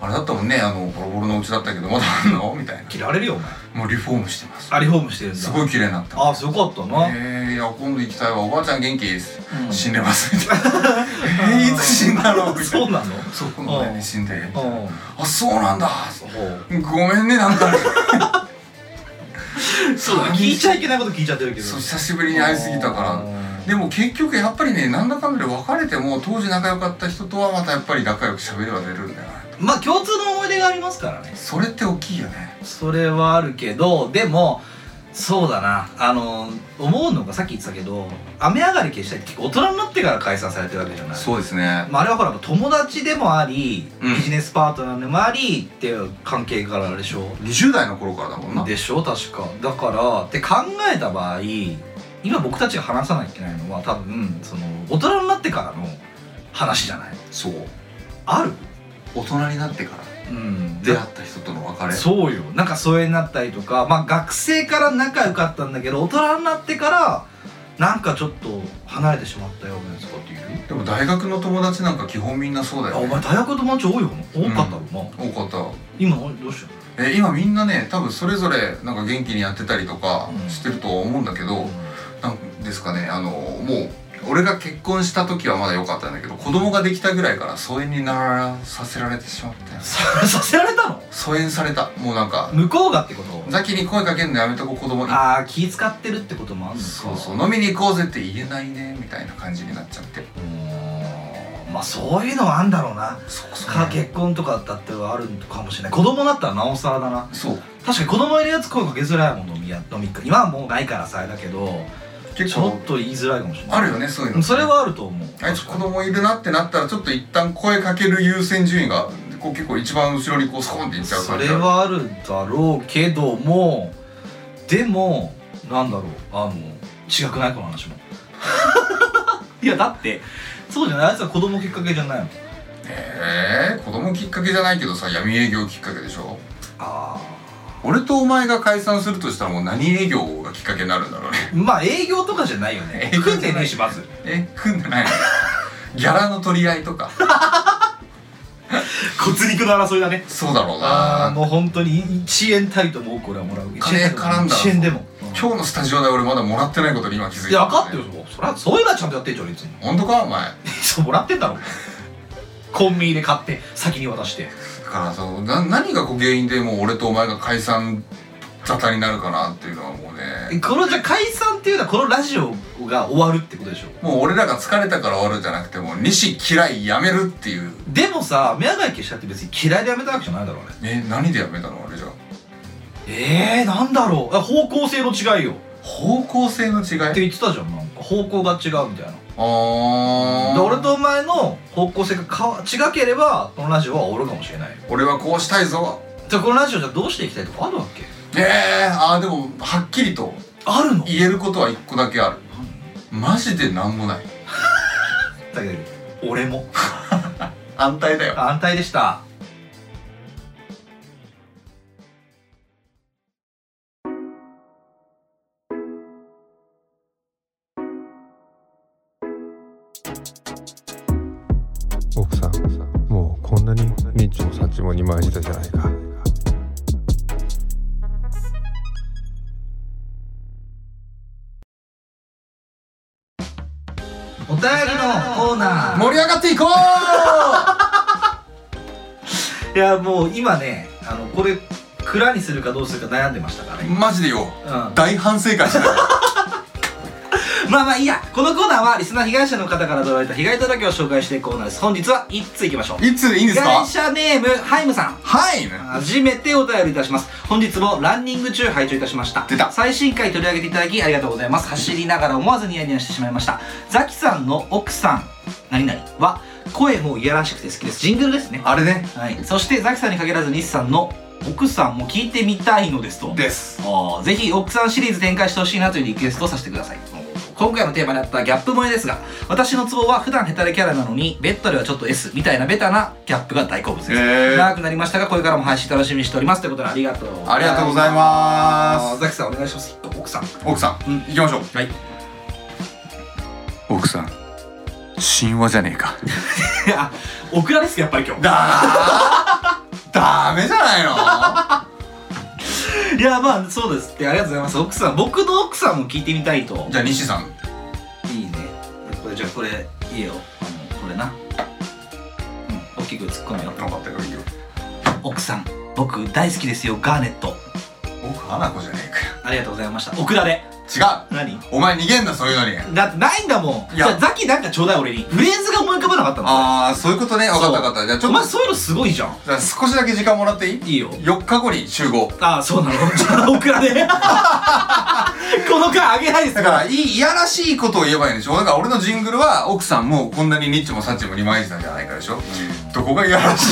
Speaker 2: あれだったもんねあのボロボロのうちだったけどまだあんのみたいな
Speaker 4: 嫌われるよお前
Speaker 2: もうリフォームしてます
Speaker 4: あリフォームしてるんだ
Speaker 2: すごい綺麗になった
Speaker 4: ああすごかったな
Speaker 2: えー、いや今度行きたいわおばあちゃん元気です、
Speaker 4: うん
Speaker 2: 死んで ますみたいなえー、いつ死んだのみたいな
Speaker 4: そうなの
Speaker 2: そうこの前
Speaker 4: うん
Speaker 2: に死んでみたいな
Speaker 4: うん
Speaker 2: あそうなんだ
Speaker 4: ほ
Speaker 2: ごめんねなんか
Speaker 4: うそうだ聞いちゃいけないこと聞いちゃってるけど
Speaker 2: そう久しぶりに会いすぎた
Speaker 4: あ
Speaker 2: から
Speaker 4: ー
Speaker 2: でも結局やっぱりねなんだかんだで別れても当時仲良かった人とはまたやっぱり仲良く喋れば出るんだよな
Speaker 4: まあ共通の思い出がありますからね
Speaker 2: それって大きいよね
Speaker 4: それはあるけどでもそうだなあの思うのがさっき言ってたけど雨上がり消したいって結構大人になってから解散されてるわけじゃない
Speaker 2: そうですね
Speaker 4: まあ、あれはほら友達でもあり、
Speaker 2: うん
Speaker 4: ビジネスパートナーでもありっていう関係からあれでしょ
Speaker 2: 20代の頃からだもんな
Speaker 4: でしょ確かだからって考えた場合今僕たちが話さなきゃいけないのは多分その大人になってからの話じゃない
Speaker 2: そう
Speaker 4: ある
Speaker 2: 大人になってから
Speaker 4: うん
Speaker 2: 出会った人との別れ
Speaker 4: そうよなんか疎遠になったりとかまあ学生から仲良かったんだけど大人になってからなんかちょっと離れてしまったようなやつとかっている
Speaker 2: でも大学の友達なんか基本みんなそうだ
Speaker 4: あ
Speaker 2: よ、
Speaker 4: お
Speaker 2: ね、
Speaker 4: 前大学友達多いよな多かったもんな、
Speaker 2: 多かった
Speaker 4: 今どうした
Speaker 2: え今みんなね多分それぞれなんか元気にやってたりとか
Speaker 4: うん
Speaker 2: してるとは思うんだけど、
Speaker 4: の
Speaker 2: なんですかねあのもう俺が結婚した時はまだ良かったんだけど子供ができたぐらいから疎遠にならさせられてしまったよ
Speaker 4: さ せられたの
Speaker 2: 疎遠されたもうなんか
Speaker 4: 向こうがってこと
Speaker 2: ザキに声かけんのやめとこ子供に
Speaker 4: ああ気使ってるってこともあるのか
Speaker 2: そうそう飲みに行こうぜって言えないねみたいな感じになっちゃって
Speaker 4: うーんまあそういうのはあんだろうな
Speaker 2: そう
Speaker 4: か結婚とかだってはあるのかもしれない子供だったらなおさらだな
Speaker 2: そう
Speaker 4: 確かに子供いるやつ声かけづらいもん飲みや飲み会今はもうないからさあれだけど
Speaker 2: 結
Speaker 4: ちょ
Speaker 2: 構
Speaker 4: っと言いづらいかもしれない
Speaker 2: あるよねそういう
Speaker 4: うん
Speaker 2: の
Speaker 4: それはあると思う
Speaker 2: あいつ子供いるなってなったらちょっと一旦声かける優先順位がこう結構一番後ろにこうスコーンっていっちゃう
Speaker 4: そ
Speaker 2: 感じ
Speaker 4: れ
Speaker 2: ある
Speaker 4: はあるだろうけどもでもなんだろうあの違くないこの話も いやだってそうじゃないあいつは子供きっかけじゃないの
Speaker 2: ええ子供きっかけじゃないけどさ闇営業きっかけでしょ
Speaker 4: あ
Speaker 2: 俺とお前が解散するとしたらもう何営業がきっかけになるんだろうね
Speaker 4: あまあ営業とかじゃないよね
Speaker 2: 営業じゃ
Speaker 4: 食
Speaker 2: ない
Speaker 4: ってねえしまず
Speaker 2: え組んでないの ギャラの取り合いと か
Speaker 9: 骨肉の争いだね
Speaker 2: そうだろう
Speaker 4: あ
Speaker 2: な
Speaker 4: あもう本当に1円たりとも多く俺はもらう1
Speaker 2: 金
Speaker 4: 円たりと
Speaker 2: 絡ん
Speaker 4: も
Speaker 2: だ
Speaker 4: 1円でも
Speaker 2: 今日のスタジオで俺まだもらってないことに今気づいた、
Speaker 4: いや分かってるよそりゃそういうのはちゃんとやってんじゃん別に
Speaker 2: 本当かお前
Speaker 4: そうもらってんだろコンビニで買って先に渡して
Speaker 2: だからそうな何がこう原因でもう俺とお前が解散沙汰になるかなっていうのはもうね
Speaker 4: このじゃあ解散っていうのはこのラジオが終わるってことでしょ
Speaker 2: もう俺らが疲れたから終わるんじゃなくてもう西嫌いやめるっていう
Speaker 4: でもさ目がい消したって別に嫌いでやめたわけじゃないだろうね
Speaker 2: え何でやめたの俺じゃあ
Speaker 4: えー、なんだろうあ方向性の違いよ
Speaker 2: 方向性の違い
Speaker 4: って言ってたじゃんなんか方向が違うみたいな
Speaker 2: あ
Speaker 4: で
Speaker 2: ー
Speaker 4: 俺とお前の方向性が変わ違ければこのラジオは終わるかもしれない
Speaker 2: 俺はこうしたいぞ
Speaker 4: じゃあこのラジオじゃあどうしていきたいとかあるわけ
Speaker 2: ええあーでもはっきりと
Speaker 4: あるの
Speaker 2: 言えることは一個だけあるマジで何もない
Speaker 4: だけど俺も
Speaker 2: 安泰だよ
Speaker 4: 安泰でした
Speaker 10: 奥さんもうこんなにニッチもサッチも二枚舌じゃないか
Speaker 4: お便りのコーナー
Speaker 2: 盛り上がっていこう
Speaker 4: いやもう今ねあのこれ蔵にするかどうするか悩んでましたからね、
Speaker 2: マジでよ
Speaker 4: うん、ま
Speaker 2: 大反省会したよ
Speaker 4: あまあいいやこのコーナーはリスナー被害者の方から届いた被害届を紹介していくコーナーです本日は1ついきましょう
Speaker 2: い ついいんで
Speaker 4: 被
Speaker 2: すか
Speaker 4: 害者ネームハイムさん
Speaker 2: はいね
Speaker 4: 初めてお便りいたします本日もランニング中拝聴いたしました
Speaker 2: 出た
Speaker 4: 最新回取り上げていただきありがとうございます走りながら思わずニヤニヤしてしまいましたザキさんの奥さん何々は声もいやらしくて好きですジングルですね
Speaker 2: あれね
Speaker 4: はい、そしてザキさんに限らず西さんの奥さんも聞いてみたいのですと
Speaker 2: です
Speaker 4: あーぜひ奥さんシリーズ展開してほしいなというリクエストをさせてください今回のテーマにあったギャップ萌えですが私のツボは普段ヘタレキャラなのにベッドではちょっと S みたいなベタなギャップが大好物です、
Speaker 2: へー
Speaker 4: 長くなりましたがこれからも配信楽しみにしておりますということでありがとう
Speaker 2: ありがとうございま
Speaker 4: ザキさんお願いします奥さん
Speaker 2: す奥さん、
Speaker 4: うん
Speaker 2: 行きましょう
Speaker 4: はい
Speaker 2: 奥さん神話じゃねえか
Speaker 4: あオクラですやっぱり 今
Speaker 2: だー ダメじゃないの
Speaker 4: 日いやまあそうですってありがとうございます奥さん僕の奥さんも聞いてみたいと
Speaker 2: じゃあ西さん
Speaker 4: いいねこれじゃあこれいいよあのこれなうん大きく突っ込むよ
Speaker 2: 分かったよいいよ
Speaker 4: 奥さん僕大好きですよガーネット
Speaker 2: 僕花子じゃね
Speaker 4: ありがとうございましたオクラで
Speaker 2: えかよ違う
Speaker 4: 何
Speaker 2: お前逃げんなそういうのに
Speaker 4: だってないんだもん
Speaker 2: い
Speaker 4: じ
Speaker 2: や
Speaker 4: ゃあザキなんかちょうだい俺にフレーズが思い浮かばなかったの
Speaker 2: ああそういうことね分かった分かったじゃあちょ
Speaker 4: お
Speaker 2: っと
Speaker 4: 前そういうのすごいじゃん
Speaker 2: じゃあ少しだけ時間もらっていい
Speaker 4: いいよ
Speaker 2: 4日後に集合
Speaker 4: ああそうなの じゃあオクラで この回あげないです
Speaker 2: だからいいいやらしいことを言えばいいんでしょだから俺のジングルは奥さんもこんなにニッチもサッチも二枚舌じゃないからでしょ、どこがいやらし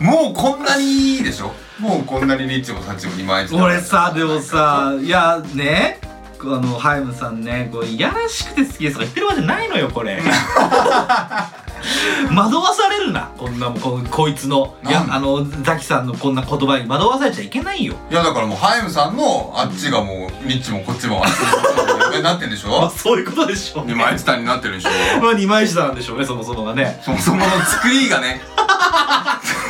Speaker 2: い もうこんなにいいでしょもうこんなにニッチもサッチも二枚舌
Speaker 4: 俺さでもさいやねあのハイムさんねこういやらしくて好きですとか言ってるわけじゃないのよ これ惑わされるなこんなもんここいつのいや
Speaker 2: なん
Speaker 4: あのザキさんのこんな言葉に惑わされちゃいけないよ
Speaker 2: いやだからもうハイムさんのあっちがもうニッチもこっちもあっちもなってんでし
Speaker 4: まあ
Speaker 2: ょ
Speaker 4: そういうことでしょうね
Speaker 2: 二枚舌になってるでしょ
Speaker 4: まあ二枚舌なんでしょうねそもそもがね
Speaker 2: そもそもの作りがね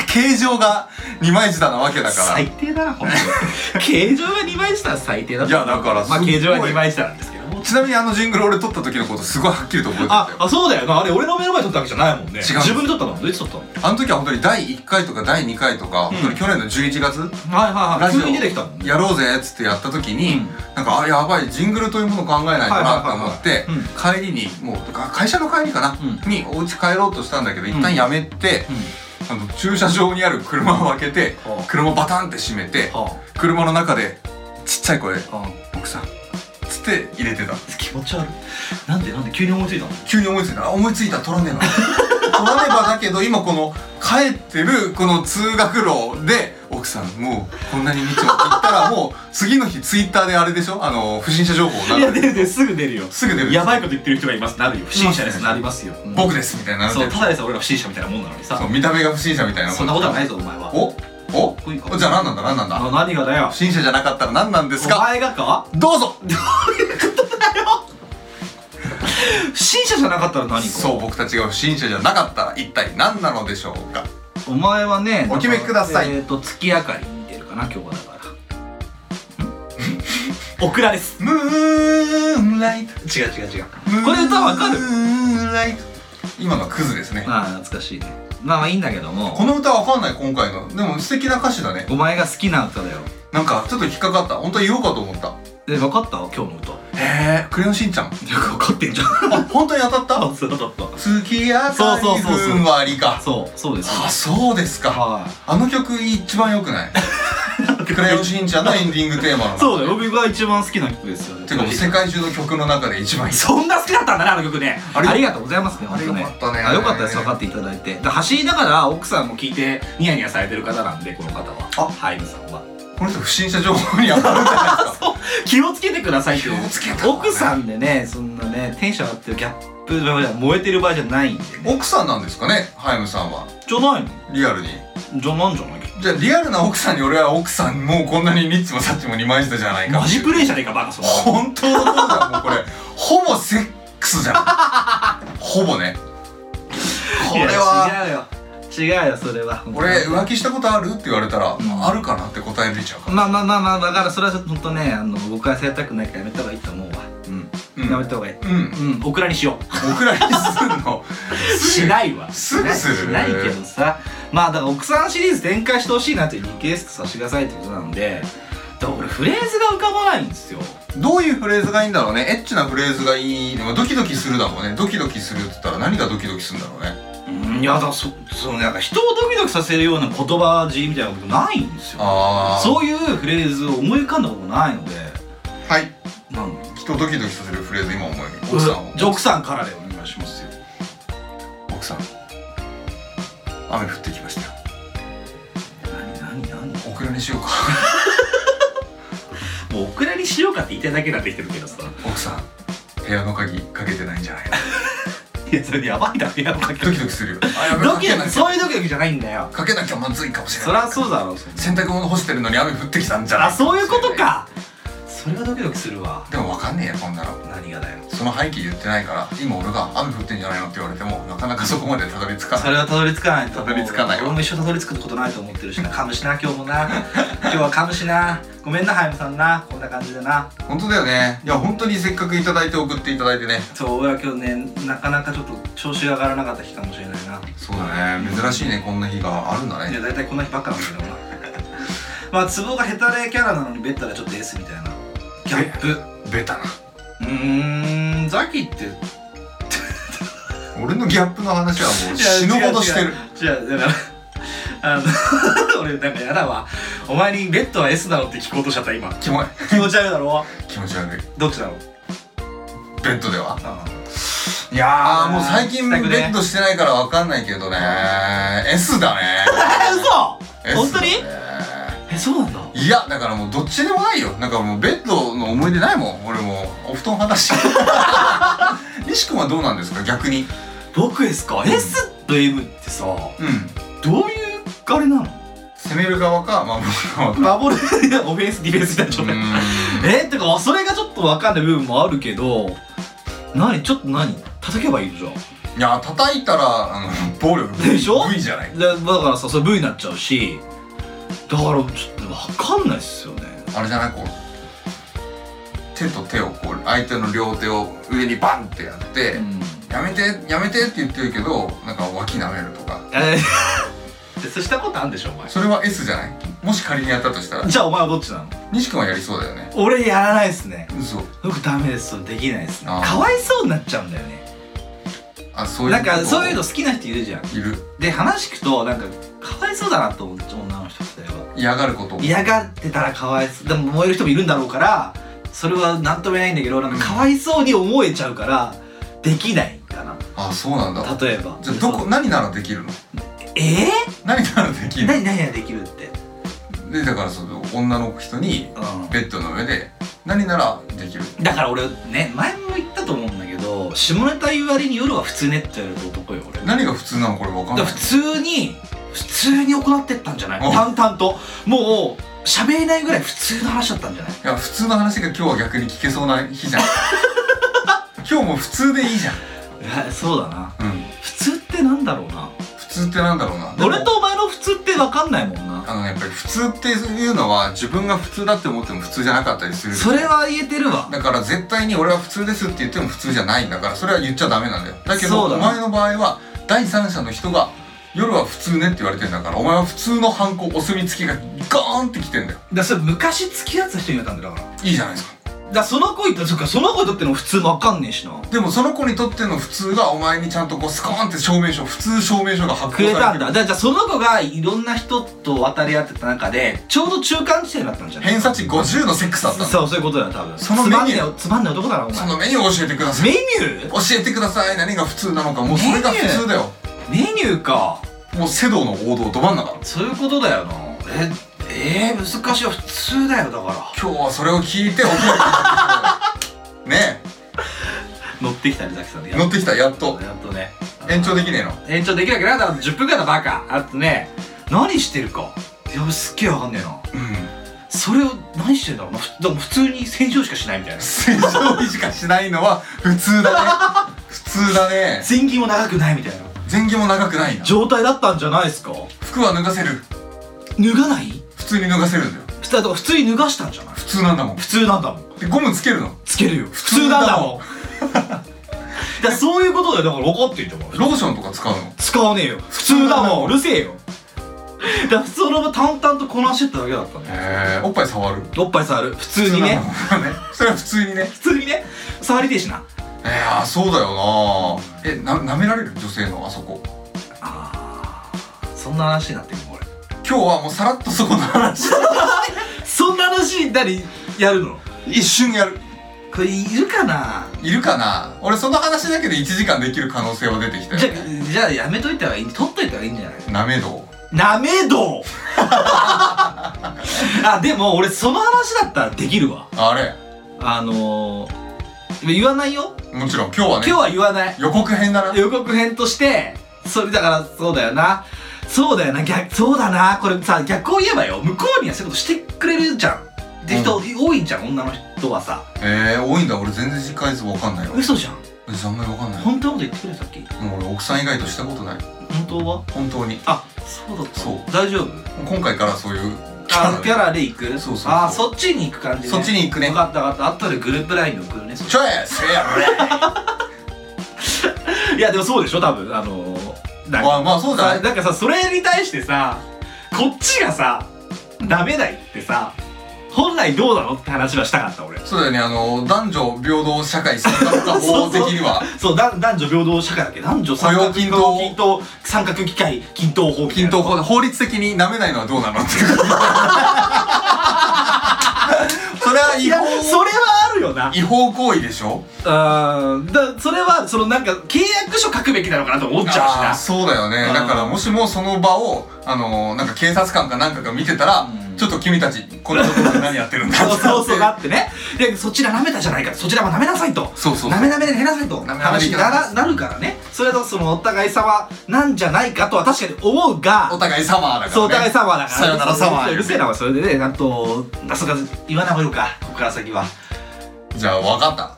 Speaker 2: 形状が二枚舌なわけだから
Speaker 4: 最低だな本当に 形状が二枚舌は最低だと思う
Speaker 2: いやだから
Speaker 4: まあ
Speaker 2: すっごい
Speaker 4: 形状は二枚舌なんですけども
Speaker 2: ちなみにあのジングル俺撮った時のことすごいはっきりと覚えてた
Speaker 4: あ
Speaker 2: よ
Speaker 4: あそうだよなあれ俺の目の前に撮ったわけじゃないもんね
Speaker 2: 違う
Speaker 4: 自分で撮ったのどうやって撮ったの
Speaker 2: あの時は本当に第1回とか第2回とか、本当に去年の11月、
Speaker 4: はいはいは
Speaker 2: ラ
Speaker 4: い
Speaker 2: ジオ
Speaker 4: 急に出てきたもんね
Speaker 2: やろうぜっつってやった時に、
Speaker 4: うん
Speaker 2: なんかあやばいジングルというものを考えないとなと思って
Speaker 4: はいはい
Speaker 2: 帰りにもうか会社の帰りかな、
Speaker 4: う
Speaker 2: にお家帰ろうとしたんだけど一旦やめて、あの駐車場にある車を開けて、
Speaker 4: はあ
Speaker 2: 車バタンって閉めて、
Speaker 4: は
Speaker 2: 車の中でちっちゃい声
Speaker 4: あはあ
Speaker 2: 「奥さん」つって入れてた
Speaker 4: 気持ち悪いなんでなんで急に思いついたの
Speaker 2: 急に思いついたあ思いついた取らねえな取らねばだけど今この帰ってるこの通学路で奥さんもうこんなに道を行ったらもう次の日ツイッターであれでしょあの不審者情報を
Speaker 4: い
Speaker 2: 流
Speaker 4: や
Speaker 2: れ
Speaker 4: 出
Speaker 2: て
Speaker 4: る出るすぐ出るよ
Speaker 2: すぐ出る
Speaker 4: やばいこと言ってる人がいますなるよ不審者ですなりますよ
Speaker 2: 僕ですみたいな
Speaker 4: そうただ
Speaker 2: だ
Speaker 4: でさえ俺ら不審者みたいなもんなのにさ
Speaker 2: 見た目が不審者みたいな
Speaker 4: そんなことはないいぞお前は
Speaker 2: おお
Speaker 4: こいいか
Speaker 2: おじゃあ何なんだ何なんだ
Speaker 4: あ何がだよ
Speaker 2: 不審者じゃなかったら何なんです
Speaker 4: お
Speaker 2: か
Speaker 4: 前がか
Speaker 2: どうぞ
Speaker 4: 不審者じゃなかったら何か
Speaker 2: そう僕たちが不審者じゃなかったら一体何なのでしょうか
Speaker 4: お前はね
Speaker 2: お決めください
Speaker 4: えっ、と月明かりに出るかな今日はだ からんオクラです
Speaker 2: ムーンライト
Speaker 6: 違う違う違う
Speaker 4: これ歌わか
Speaker 2: ム
Speaker 4: る
Speaker 2: ーンライト今のはクズですね
Speaker 4: ああ懐かしいねまあまあいいんだけども
Speaker 2: この歌わかんない今回のでも素敵な歌詞だね
Speaker 4: お前が好きな歌だよ
Speaker 2: なんかちょっと引っかかった本当は言おうかと思った
Speaker 4: え分かった今日の歌
Speaker 2: へえクレヨンしんちゃん
Speaker 4: よく分かってんじゃん
Speaker 2: あ本当に当たった
Speaker 4: そうだった
Speaker 2: 月明か
Speaker 4: そうそう
Speaker 2: り
Speaker 4: そうそう
Speaker 2: ふんわりか
Speaker 4: そうそうです
Speaker 2: あそうですか
Speaker 4: は
Speaker 2: あの曲一番良く ないクレヨンしんちゃんのエンディングテーマの
Speaker 4: いそうだ
Speaker 2: よ
Speaker 4: よ僕が一番好きな曲ですよね
Speaker 2: てかもう世界中の曲の中で一番いい
Speaker 4: そんな好きだったんだねあの曲ね
Speaker 2: あ
Speaker 4: あ
Speaker 2: れ
Speaker 4: りがとうございますね本当ね
Speaker 2: あれよかったね
Speaker 4: あよかったです分かっていただいてで走りながら奥さんも聞いてニヤニヤされてる方なんでこの方
Speaker 2: あ
Speaker 4: はハイムさんは
Speaker 2: この人不審者情報に当たるんじゃない ですか
Speaker 4: 気をつけてくださいって
Speaker 2: 気をつけた
Speaker 4: 奥さんでねそんなねテンション上がってるギャップの場合じゃ燃えてる場合じゃないんでね
Speaker 2: 奥さんなんですかねハイムさんは
Speaker 4: じゃないの
Speaker 2: リアルに
Speaker 4: じゃなんじゃないけ
Speaker 2: じゃあリアルな奥さんに俺は奥さんもうこんなにニッチもサッチも二枚舌じゃないか
Speaker 4: マジプレイじゃねえかバカそれ
Speaker 2: 本当のことだもうこれほぼセックスじゃんほぼねこれ は
Speaker 4: 違うよ違うよそれは
Speaker 2: 俺浮気したことあるって言われたら、
Speaker 4: ん
Speaker 2: あるかなって答え出ちゃうから
Speaker 4: まあまあまあまあだからそれはちょっとほんとねあの僕はされたくないからやめた方がいいと思うわうん、
Speaker 2: うん
Speaker 4: やめた方がいい
Speaker 2: うん
Speaker 4: うんオクラにしよう
Speaker 2: オクラにすんの
Speaker 4: しないわ
Speaker 2: すぐする
Speaker 4: しないけどさまあだから奥さんシリーズ展開してほしいなっていうリクエストさせてくださいってことなんでだから俺フレーズが浮かばないんですよ
Speaker 2: どういうフレーズがいいんだろうねエッチなフレーズがいいのはドキドキするだろうねドキドキするって言ったら何がドキドキするんだろうね
Speaker 4: うんいやだからそそのなんか人をドキドキさせるような言葉尻みたいなことないんですよ
Speaker 2: ああ
Speaker 4: そういうフレーズを思い浮かんだことないので
Speaker 2: はい
Speaker 4: なん
Speaker 2: 人をドキドキさせるフレーズ今思い奥さんを
Speaker 4: じゃあ奥さんからでお願いしますよ
Speaker 2: 奥さん雨降ってきましたよ
Speaker 4: 何何
Speaker 2: オクラにしようか
Speaker 4: 何もうオクラにしようかって言いたいだけになってきてるけどさ
Speaker 2: 奥さん部屋の鍵かけてないんじ ゃないの
Speaker 4: いやそれやばいだろやばい
Speaker 2: ドキドキするよあやべ
Speaker 4: ドキド
Speaker 2: かけなき
Speaker 4: キ
Speaker 2: ゃ
Speaker 4: そういうドキドキじゃないんだよ
Speaker 2: かけなきゃまずいかもしれ
Speaker 4: そ
Speaker 2: ない
Speaker 4: りゃそうだろうそんな
Speaker 2: 洗濯物干してるのに雨降ってきたんじゃない
Speaker 4: あそういうことかそれはドキドキするわ
Speaker 2: でもわかんねえやこんなの
Speaker 4: 何がだよ
Speaker 2: その背景言ってないから今俺が雨降ってんじゃないのって言われてもなかなかそこまでたどり着か
Speaker 4: そ
Speaker 2: ない
Speaker 4: れはたどり着かないと思う
Speaker 2: たどり着かないわ
Speaker 4: 俺も一生たどり着くことないと思ってるしなかむしな今日も な今日はかむしなごめんなハイムさんなこんな感じでな
Speaker 2: 本当だよねいや本当にせっかくいただいて送っていただいてね
Speaker 4: そう俺は今日ねなかなかちょっと調子が上がらなかった日かもしれないな
Speaker 2: そうだね珍しいねこんな日があるんだ
Speaker 4: いや
Speaker 2: ね
Speaker 4: 大体こんな日ばっかなんだけどなまあツボがヘタレキャラなのにベッタらちょっと S みたいなギャップう
Speaker 2: ベタな
Speaker 4: ーんザキって
Speaker 2: 俺のギャップの話はもう死ぬほどしてる
Speaker 4: じゃあだからあの 俺なんかやだわお前にベッドは S なのって聞こうとしちゃった今
Speaker 2: キモい
Speaker 4: 気持ち悪いだろ
Speaker 2: 気持ち悪い
Speaker 4: どっちだろう
Speaker 2: ベッドでは
Speaker 4: あ
Speaker 2: いやーもう最
Speaker 4: し
Speaker 2: 近ベ
Speaker 4: たくね
Speaker 2: ッドしてないからわかんないけどね S だね
Speaker 4: え嘘
Speaker 2: S
Speaker 4: 本当に
Speaker 2: だね
Speaker 4: えそうなんだ
Speaker 2: いやだからもうどっちでもないよなんかもうベッドの思い出ないもん俺もうお布団話西君はどうなんですか逆に
Speaker 4: 僕ですか S と M ってさ
Speaker 2: うん
Speaker 4: どういうあれなの
Speaker 2: 攻める側か守る側か
Speaker 4: 守るい やオフェンスディフェンスみたいな
Speaker 2: う
Speaker 4: 状態
Speaker 2: ーん
Speaker 4: えー、てかそれがちょっと分かんない部分もあるけど何ちょっと何叩けばいいじゃん
Speaker 2: いや叩いたらあの暴力
Speaker 4: でしょ
Speaker 2: V じゃない
Speaker 4: だだからさそれ V になっちゃうしだからちょっと分かんないっすよね
Speaker 2: あれじゃないこう手と手をこう相手の両手を上にバンってやって、やめてやめてって言ってるけどなんか脇舐めるとか
Speaker 4: えーそうしたことあん でしょお前
Speaker 2: それは S じゃないもし仮にやったとしたら
Speaker 4: じゃあお前はどっちなの
Speaker 2: 西君はやりそうだよね
Speaker 4: 俺やらないですね
Speaker 2: 嘘
Speaker 4: 僕ダメですそれできないですね
Speaker 2: あー
Speaker 4: かわいそうになっちゃうんだよね
Speaker 2: あそういう
Speaker 4: なんか
Speaker 2: こと
Speaker 4: そういうの好きな人いるじゃん
Speaker 2: いる
Speaker 4: で話聞くとなんかかわいそうだなと思って女の人って
Speaker 2: 嫌がることも
Speaker 4: 嫌がってたらかわいそうでも燃える人もいるんだろうからそれは何とも言えないんだけどなんかかわいそうに思えちゃうからできないかな
Speaker 2: あそうなんだ
Speaker 4: 例えば
Speaker 2: じゃあどこ何ならできるの
Speaker 4: え
Speaker 2: 何ならでき
Speaker 4: ー、
Speaker 2: る
Speaker 4: 何何ができるって
Speaker 2: のでだからその女の人に
Speaker 4: う
Speaker 2: ベッドの上で何ならできる
Speaker 4: んだから俺ね前も言ったと思うんだけど下ネタ言う割に夜は普通ねって言われると男よ俺
Speaker 2: 何が普通なのこれ分かん
Speaker 4: だか
Speaker 2: な
Speaker 4: ら
Speaker 2: い
Speaker 4: 普通に普通に行ってったんじゃない
Speaker 2: うん
Speaker 4: 淡々ともう喋れないぐらい普通の話だったんじゃない
Speaker 2: いや普通の話が今日は逆に聞けそうな日 じゃん今日も普通でいいじゃん、
Speaker 4: いやそうだな
Speaker 2: うん、
Speaker 4: 普通ってなんだろうな
Speaker 2: 普通ってなんだろうなでも
Speaker 4: 俺とお前の普通って分かんないもんな
Speaker 2: あのねやっぱり普通っていうのは自分が普通だって思っても普通じゃなかったりする
Speaker 4: それは言えてるわ
Speaker 2: だから絶対に俺は普通ですって言っても普通じゃないんだからそれは言っちゃダメなんだよだけど
Speaker 4: そうだ
Speaker 2: お
Speaker 4: ね
Speaker 2: 前の場合は第三者の人が夜は普通ねって言われてんだからお前は普通のハンコお墨付きがガーンってきてんだよ
Speaker 4: だそれ昔付き合ってた人になったんだよだから
Speaker 2: いいじゃないですか
Speaker 4: だからその子にとそっかその子にとっての普通も分かんねえしな
Speaker 2: でもその子にとっての普通がお前にちゃんとこうスコーンって証明書普通証明書が発
Speaker 4: く
Speaker 2: 行
Speaker 4: れ
Speaker 2: され
Speaker 4: たん
Speaker 2: てる
Speaker 4: だだからじゃあその子がいろんな人と渡り合ってた中でちょうど中間地点だったんじゃない
Speaker 2: 偏差値50のセックスだったんだ
Speaker 4: そうそういうことだよ多分
Speaker 2: そのメニュー
Speaker 4: つまんねえよつまんねえ男だなお前
Speaker 2: そのメニューを教えてください
Speaker 4: メニュー
Speaker 2: 教えてください何が普通なのかもうそれが普通だよ
Speaker 4: メニューか
Speaker 2: もうセドの王道ど真ん中
Speaker 4: そういうことだよなええー、難しいよ普通だよだか
Speaker 2: 今日はそれを聞いて覚 えてね
Speaker 4: ら乗ってきたねザキさんで
Speaker 2: え乗ってきたやっと
Speaker 4: やっとね
Speaker 2: 延長できねえの
Speaker 4: 延長できなくなったら10分間だバカあとね何してるかいやすっげえわかんねえな
Speaker 2: うん
Speaker 4: それを何してんだろうなふでも普通に洗浄しかしないみたいな
Speaker 2: 正常にしかしないのは普通だね普通だね
Speaker 4: 前銀も長くないみたいな
Speaker 2: 前儀も長くないな
Speaker 4: 状態だったんじゃないですか
Speaker 2: 服は脱がせる
Speaker 4: 脱がない
Speaker 2: 普通に脱がせるんだよ
Speaker 4: 普通だから普通に脱がしたんじゃない
Speaker 2: 普通なんだもん
Speaker 4: 普通なんだもん
Speaker 2: でゴムつけるの
Speaker 4: つけるよ
Speaker 2: 普
Speaker 4: 普
Speaker 2: 通な
Speaker 4: 通なんん
Speaker 2: だ
Speaker 4: だ
Speaker 2: も
Speaker 4: もんだからそういうことだよだから怒ってると思う
Speaker 2: ローションとか使うの
Speaker 4: 使わねえよ普通だもんうるせえよだからそのまま淡々とこなしてっただけだったね
Speaker 2: へえおっぱい触る
Speaker 4: おっぱい触る普通にね
Speaker 2: 普通なのねそれは普通 にね
Speaker 4: 普通にね触りてえしな
Speaker 2: えー、あそうだよなえな舐められる女性のあそこ
Speaker 4: あーそんな話になってるもん俺
Speaker 2: 今日はもうさらっとそこの話
Speaker 4: そんな話何やるの
Speaker 2: 一瞬やる
Speaker 4: これいるかない
Speaker 2: るかな俺その話だけで1時間できる可能性は出てきた
Speaker 4: じゃ
Speaker 2: よね
Speaker 4: じゃあやめといたらいい取っといたらいいんじゃな
Speaker 2: な
Speaker 4: い
Speaker 2: めど
Speaker 4: なめどうあでも俺その話だったらできるわ
Speaker 2: あれ
Speaker 4: あのー、言わないよ
Speaker 2: もちろん今日はね
Speaker 4: 今日は言わない
Speaker 2: 予告編だな
Speaker 4: 予告編としてそれだからそうだよなそうだよな逆そうだなこれさ逆を言えばよ向こうにはそういうことしてくれるじゃんって人多いじゃん、女の人はさ
Speaker 2: えー、多いんだ俺全然実家数わかんないわ
Speaker 4: 嘘じゃん
Speaker 2: 嘘あんまりわかんないも
Speaker 4: 本当のこと言ってくれたっけ
Speaker 2: う俺奥さん以外としたことない
Speaker 4: 本当は
Speaker 2: 本当に
Speaker 4: あそうだった
Speaker 2: そう
Speaker 4: 大丈夫
Speaker 2: 今回からそういう
Speaker 4: あキャ
Speaker 2: ラ
Speaker 4: ラで行く
Speaker 2: そうそうそう
Speaker 4: あそっちに行く感じね
Speaker 2: そっちに行くね
Speaker 4: 分かった分かった後でグループラインで送るね
Speaker 2: チョイスや
Speaker 4: いやでもそうでしょ多分あのーな
Speaker 2: れ
Speaker 4: んか
Speaker 2: まあまあそうじゃない
Speaker 4: さなんかさそれに対してさこっちがさダメだいってさ本来どうなのって話はしたかった俺
Speaker 2: そうだよねあの男女平等社会参加法的には
Speaker 4: そうだ男女平等社会だっけ男女三
Speaker 2: 雇用
Speaker 4: 角
Speaker 2: 均等
Speaker 4: 均等三角機械均等法
Speaker 2: 均等法で法律的に舐めないのはどうなの っていうそれは違
Speaker 4: いや
Speaker 2: 法
Speaker 4: それはあるよな
Speaker 2: 違法行為でしょ
Speaker 4: うんだそれはそのなんか契約書書くべきなのかなと思っちゃうし
Speaker 2: あ
Speaker 4: な
Speaker 2: ーそうだよね
Speaker 4: うん
Speaker 2: だからもしもその場をあのなんか警察官かなんかが見てたら、
Speaker 4: うん
Speaker 2: ちょっと君たちこんなところで何やってるんだ
Speaker 4: そうそうそ
Speaker 2: っ
Speaker 4: う
Speaker 2: てな
Speaker 4: な
Speaker 2: って
Speaker 4: ってねでそちら舐めたじゃないかそちらも舐めなさいと
Speaker 2: そうそうそう
Speaker 4: 舐め舐めで減らさいと
Speaker 2: 舐め舐めで
Speaker 4: 話にならなるからねそれとそのお互い様なんじゃないかとは確かに思うが
Speaker 2: お互いサマーだから、ね、
Speaker 4: そうお互い様だから
Speaker 2: さよならサマ
Speaker 4: う
Speaker 2: ー
Speaker 4: るせえなお前それでねなんとあそうか言わない方がいいのかここから先は
Speaker 2: じゃあ分かった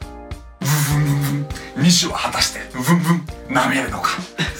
Speaker 2: ブンブンブンブン二種は果たしてブンブン舐めるのか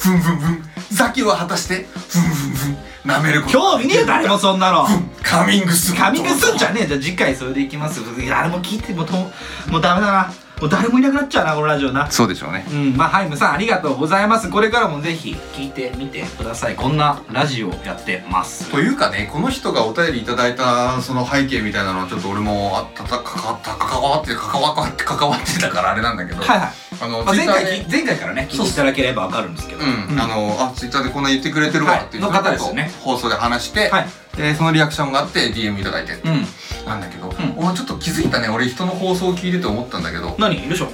Speaker 2: ブンブンブンザキは果たしてブンブンブン舐めること
Speaker 4: 興味ねえ誰もそんなの
Speaker 2: カミングスーン
Speaker 4: カミングすんじゃねえじゃあ次回それでいきます誰も聞いてもうとももうダメだなもう誰もいなくなっちゃうなこのラジオな
Speaker 2: そうでしょうね
Speaker 4: うんまあハイムさんありがとうございますこれからもぜひ聞いてみてくださいこんなラジオやってます
Speaker 2: というかねこの人がお便りいただいたその背景みたいなのはちょっと俺もあったたかかた関わって関わって関わってたからあれなんだけど、
Speaker 4: はいはい、
Speaker 2: あの
Speaker 4: まあ、前
Speaker 2: Twitter
Speaker 4: 回
Speaker 2: で
Speaker 4: き前回からね聞いていただければわかるんですけど
Speaker 2: うん
Speaker 4: うん
Speaker 2: あのあツイッターでこんな言ってくれてるわっていう人
Speaker 4: はいの方ですよね
Speaker 2: 放送で話して、
Speaker 4: はい
Speaker 2: でそのリアクションがあって DM いただいて、
Speaker 4: うん
Speaker 2: なんだけど、
Speaker 4: ん
Speaker 2: 俺ちょっと気づいたね俺人の放送を聞いてて思ったんだけど
Speaker 4: 何いるでしょ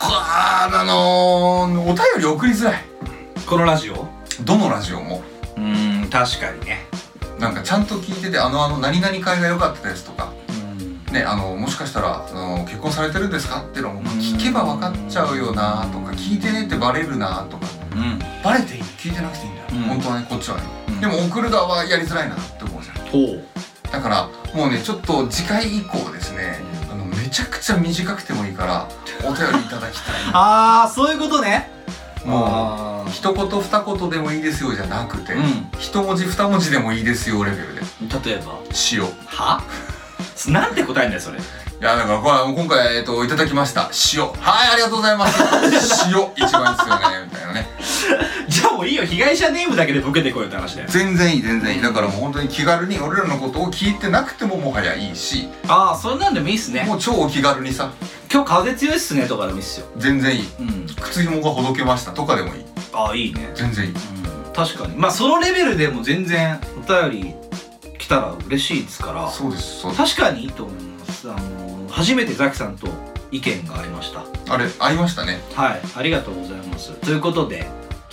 Speaker 2: あーあのー、お便り送りづらい
Speaker 4: このラジオ
Speaker 2: どのラジオも
Speaker 4: うーん確かにね
Speaker 2: なんかちゃんと聞いててあのあの何々会が良かったですとか
Speaker 4: うん
Speaker 2: ねあのもしかしたらあの結婚されてるんですかっていうのも聞けば分かっちゃうよなとか聞いてねってバレるなとか
Speaker 4: うん
Speaker 2: バレていい聞いてなくていいんだよ、
Speaker 4: うん
Speaker 2: 本当はねこっちはね、
Speaker 4: うん
Speaker 2: でも送る側はやりづらいなって思うじゃん
Speaker 4: ほ
Speaker 2: だからもうねちょっと次回以降ですねあのめちゃくちゃ短くてもいいからお便りいただきたい
Speaker 4: ああそういうことね
Speaker 2: も
Speaker 4: あ
Speaker 2: う一言二言でもいいですよじゃなくて、
Speaker 4: うん
Speaker 2: 一文字二文字でもいいですよレベルで
Speaker 4: ー例えば
Speaker 2: 塩い
Speaker 4: はなんて答えんだよそれ
Speaker 2: やだからこれ今回、えっと、いただきました塩はいありがとうございます 塩一番ですよねみたいなね
Speaker 4: じゃあもういいよ被害者ネームだけでボケてこいよって話だよ
Speaker 2: 全然いい全然いいだからもう本当に気軽に俺らのことを聞いてなくてももはやいいし
Speaker 4: ああそれなんでもいいっすね
Speaker 2: もう超お気軽にさ
Speaker 4: 今日風強いっすねとかでもいいっすよ
Speaker 2: 全然いい
Speaker 4: うん
Speaker 2: 靴紐がほどけましたとかでもいい
Speaker 4: ああいいね
Speaker 2: 全然いい
Speaker 4: うん確かにまあそのレベルでも全然お便り来たら嬉しいですから
Speaker 2: そうですそうです
Speaker 4: 確かにいいと思いますあの初めてザキさんと意見がありました
Speaker 2: あれ合いましたね
Speaker 4: はい、ありがとうございます。ということで、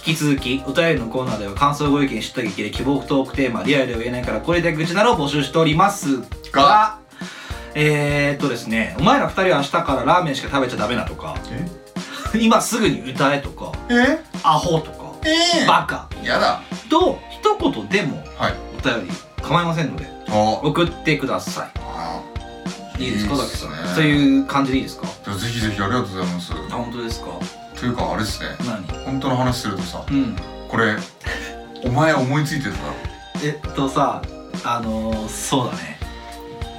Speaker 4: 引き続きお便りのコーナーでは感想ご意見、出撃で希望トークテーマ、リアルでは言えないからこれで愚痴などを募集しておりますが
Speaker 2: が、
Speaker 4: えー、っとですね、お前ら二人は明日からラーメンしか食べちゃダメなとか、今すぐに歌えとか、
Speaker 2: え
Speaker 4: アホとか、
Speaker 2: ええ
Speaker 4: バカ
Speaker 2: やだ
Speaker 4: と一言でも
Speaker 2: はい
Speaker 4: お便り構いませんので
Speaker 2: あ
Speaker 4: 送ってくださ
Speaker 2: あ
Speaker 4: い。いいですか、
Speaker 2: いい
Speaker 4: ザ
Speaker 2: っ
Speaker 4: キ
Speaker 2: す
Speaker 4: さ
Speaker 2: ね
Speaker 4: ん。そういう感じでいいですか
Speaker 2: じゃあぜひぜひありがとうございます
Speaker 4: あ、本当ですか
Speaker 2: というかあれですね
Speaker 4: 何
Speaker 2: 本当の話するとさ
Speaker 4: うん。
Speaker 2: これお前思いついてた
Speaker 4: えっとさあのー、そうだね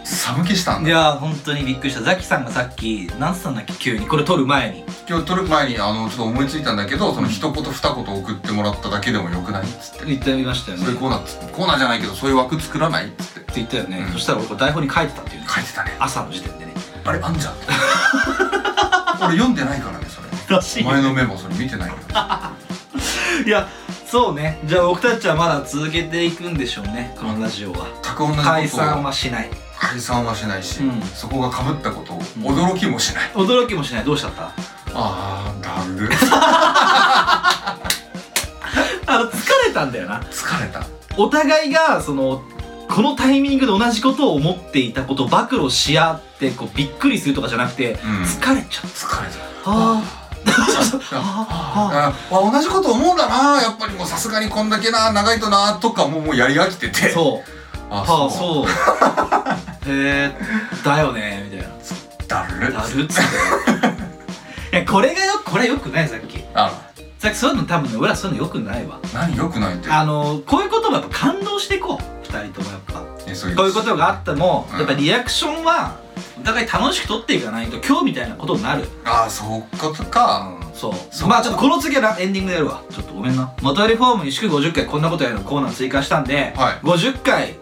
Speaker 2: 寒気したん
Speaker 4: い
Speaker 2: だ
Speaker 4: やー本当にびっくりしたザキさんがさっき何つったんだっけ急にこれ撮る前に
Speaker 2: 今日撮る前にあのちょっと思いついたんだけどその一言二言送ってもらっただけでもよくないっつって
Speaker 4: 言ってみましたよね
Speaker 2: そういうコーナーつコーナーじゃないけどそういう枠作らないっつって
Speaker 4: って言ったよね、
Speaker 2: うん
Speaker 4: そしたら俺これ台本に書いてたっていうね
Speaker 2: 書いてたね
Speaker 4: 朝の時点でね
Speaker 2: あれあんじゃ ん俺読んでないからねそれ
Speaker 4: らし
Speaker 2: お前のメモそれ見てないから
Speaker 4: いやそうねじゃあ僕たちはまだ続けていくんでしょうねこのラジオは
Speaker 2: 全く同じことを
Speaker 4: 解散はしない
Speaker 2: 解散はしないし、
Speaker 4: うん
Speaker 2: そこがかぶったことを
Speaker 4: ん
Speaker 2: 驚きもしない、
Speaker 4: 驚きもしないどうしちゃった
Speaker 2: あーだる
Speaker 4: あの疲れたんだよな
Speaker 2: 疲れた
Speaker 4: お互いがそのこのタイミングで同じことを思っていたことを暴露し合ってこうびっくりするとかじゃなくて、疲れちゃう
Speaker 2: 疲れた
Speaker 4: あ
Speaker 2: あ
Speaker 4: あ
Speaker 2: あ同じこと思うんだなやっぱりもうさすがにこんだけな長いとなとかももうやり飽きててう
Speaker 4: そう
Speaker 2: あ
Speaker 4: はあ
Speaker 2: そう
Speaker 4: そうへえだよねみたいな
Speaker 2: だる
Speaker 4: だるっつ っていやこれがよこれよくないさっき
Speaker 2: あ
Speaker 4: さっきそういうの多分ね俺らそういうのよくないわ
Speaker 2: 何よくないって
Speaker 4: あのこういうこともやっぱ感動していこう2人ともやっぱ
Speaker 2: えそういう
Speaker 4: こういうことがあっても
Speaker 2: うん
Speaker 4: やっぱリアクションはお互い楽しく取っていかないと今日みたいなことになる
Speaker 2: ああそういうことか、
Speaker 4: そう
Speaker 2: そう
Speaker 4: まあちょっとこの次はラエンディングでやるわちょっとごめんな元よりフォームに祝50回こんなことやるのコーナー追加したんで、
Speaker 2: はい
Speaker 4: 50回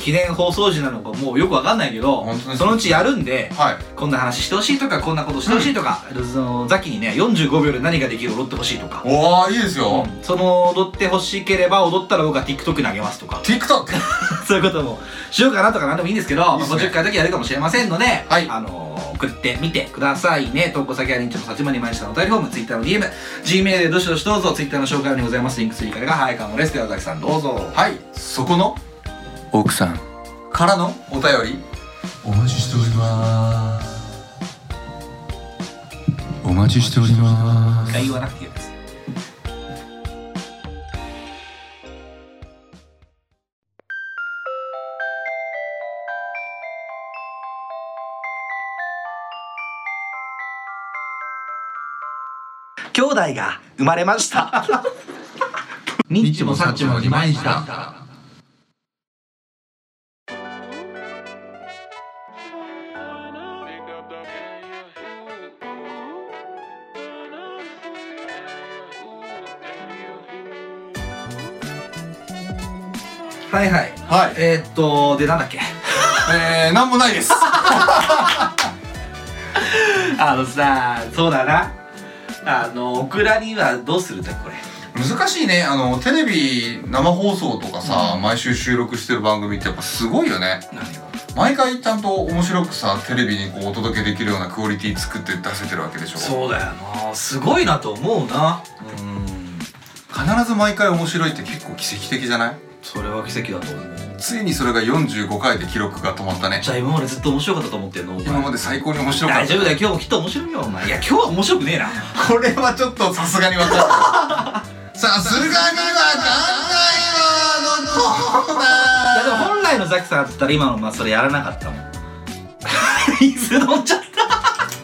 Speaker 4: 記念放送時なのかもうよくわかんないけど
Speaker 2: 本当ですね
Speaker 4: そのうちやるんで
Speaker 2: はい
Speaker 4: こんな話してほしいとかこんなことしてほしいとか、そのザキにね45秒で何ができる踊ってほしいとか、
Speaker 2: おおいいですよ、
Speaker 4: うんその踊ってほしければ踊ったら僕は TikTok にあげますとか
Speaker 2: TikTok
Speaker 4: そういうこともしようかなとかなんでもいいんですけど
Speaker 2: いいっすね
Speaker 4: まあ50回の時やるかもしれませんので、
Speaker 2: はい
Speaker 4: あのー送ってみてくださいね。投稿先はリンチのさちまにまいしたのお便りフォーム、ツイッターの DM、Gmail でどしどしどうぞ、ツイッターの紹介欄にございます。リンク追加がはいかもです。では、ザキさんどうぞ。
Speaker 2: はいそこの奥さんからのお便りお待ちしておりますお待ちしておりま
Speaker 4: 一回言わなくていいです。兄 弟が生まれました。ニッチもサッチも二枚舌。
Speaker 6: はいはい
Speaker 5: はい
Speaker 6: えー、っとでなんだっけ
Speaker 2: えー、なんもないです
Speaker 4: あのさそうだなあのオクラにはどうするんだこれ
Speaker 2: 難しいねあのテレビ生放送とかさ、毎週収録してる番組ってやっぱすごいよね
Speaker 4: 何が
Speaker 2: 毎回ちゃんと面白くさテレビにこうお届けできるようなクオリティ作って出せてるわけでしょ
Speaker 4: そうだよなすごいなと思うなうん
Speaker 2: 必ず毎回面白いって結構奇跡的じゃない
Speaker 4: それは奇跡だと思う
Speaker 2: ついにそれが45回で記録が止まったね
Speaker 4: じゃあ今までずっと面白かったと思ってんのお前
Speaker 2: 今まで最高に面白かった
Speaker 4: 大丈夫だよ今日もきっと面白いよお 前いや今日は面白くねえな
Speaker 2: これはちょっとさすがに分かるさすがに分かん
Speaker 4: いやでも
Speaker 2: ないわどうだ
Speaker 4: 本来のザキさんだったら今のまあそれやらなかったもん 水飲んじゃった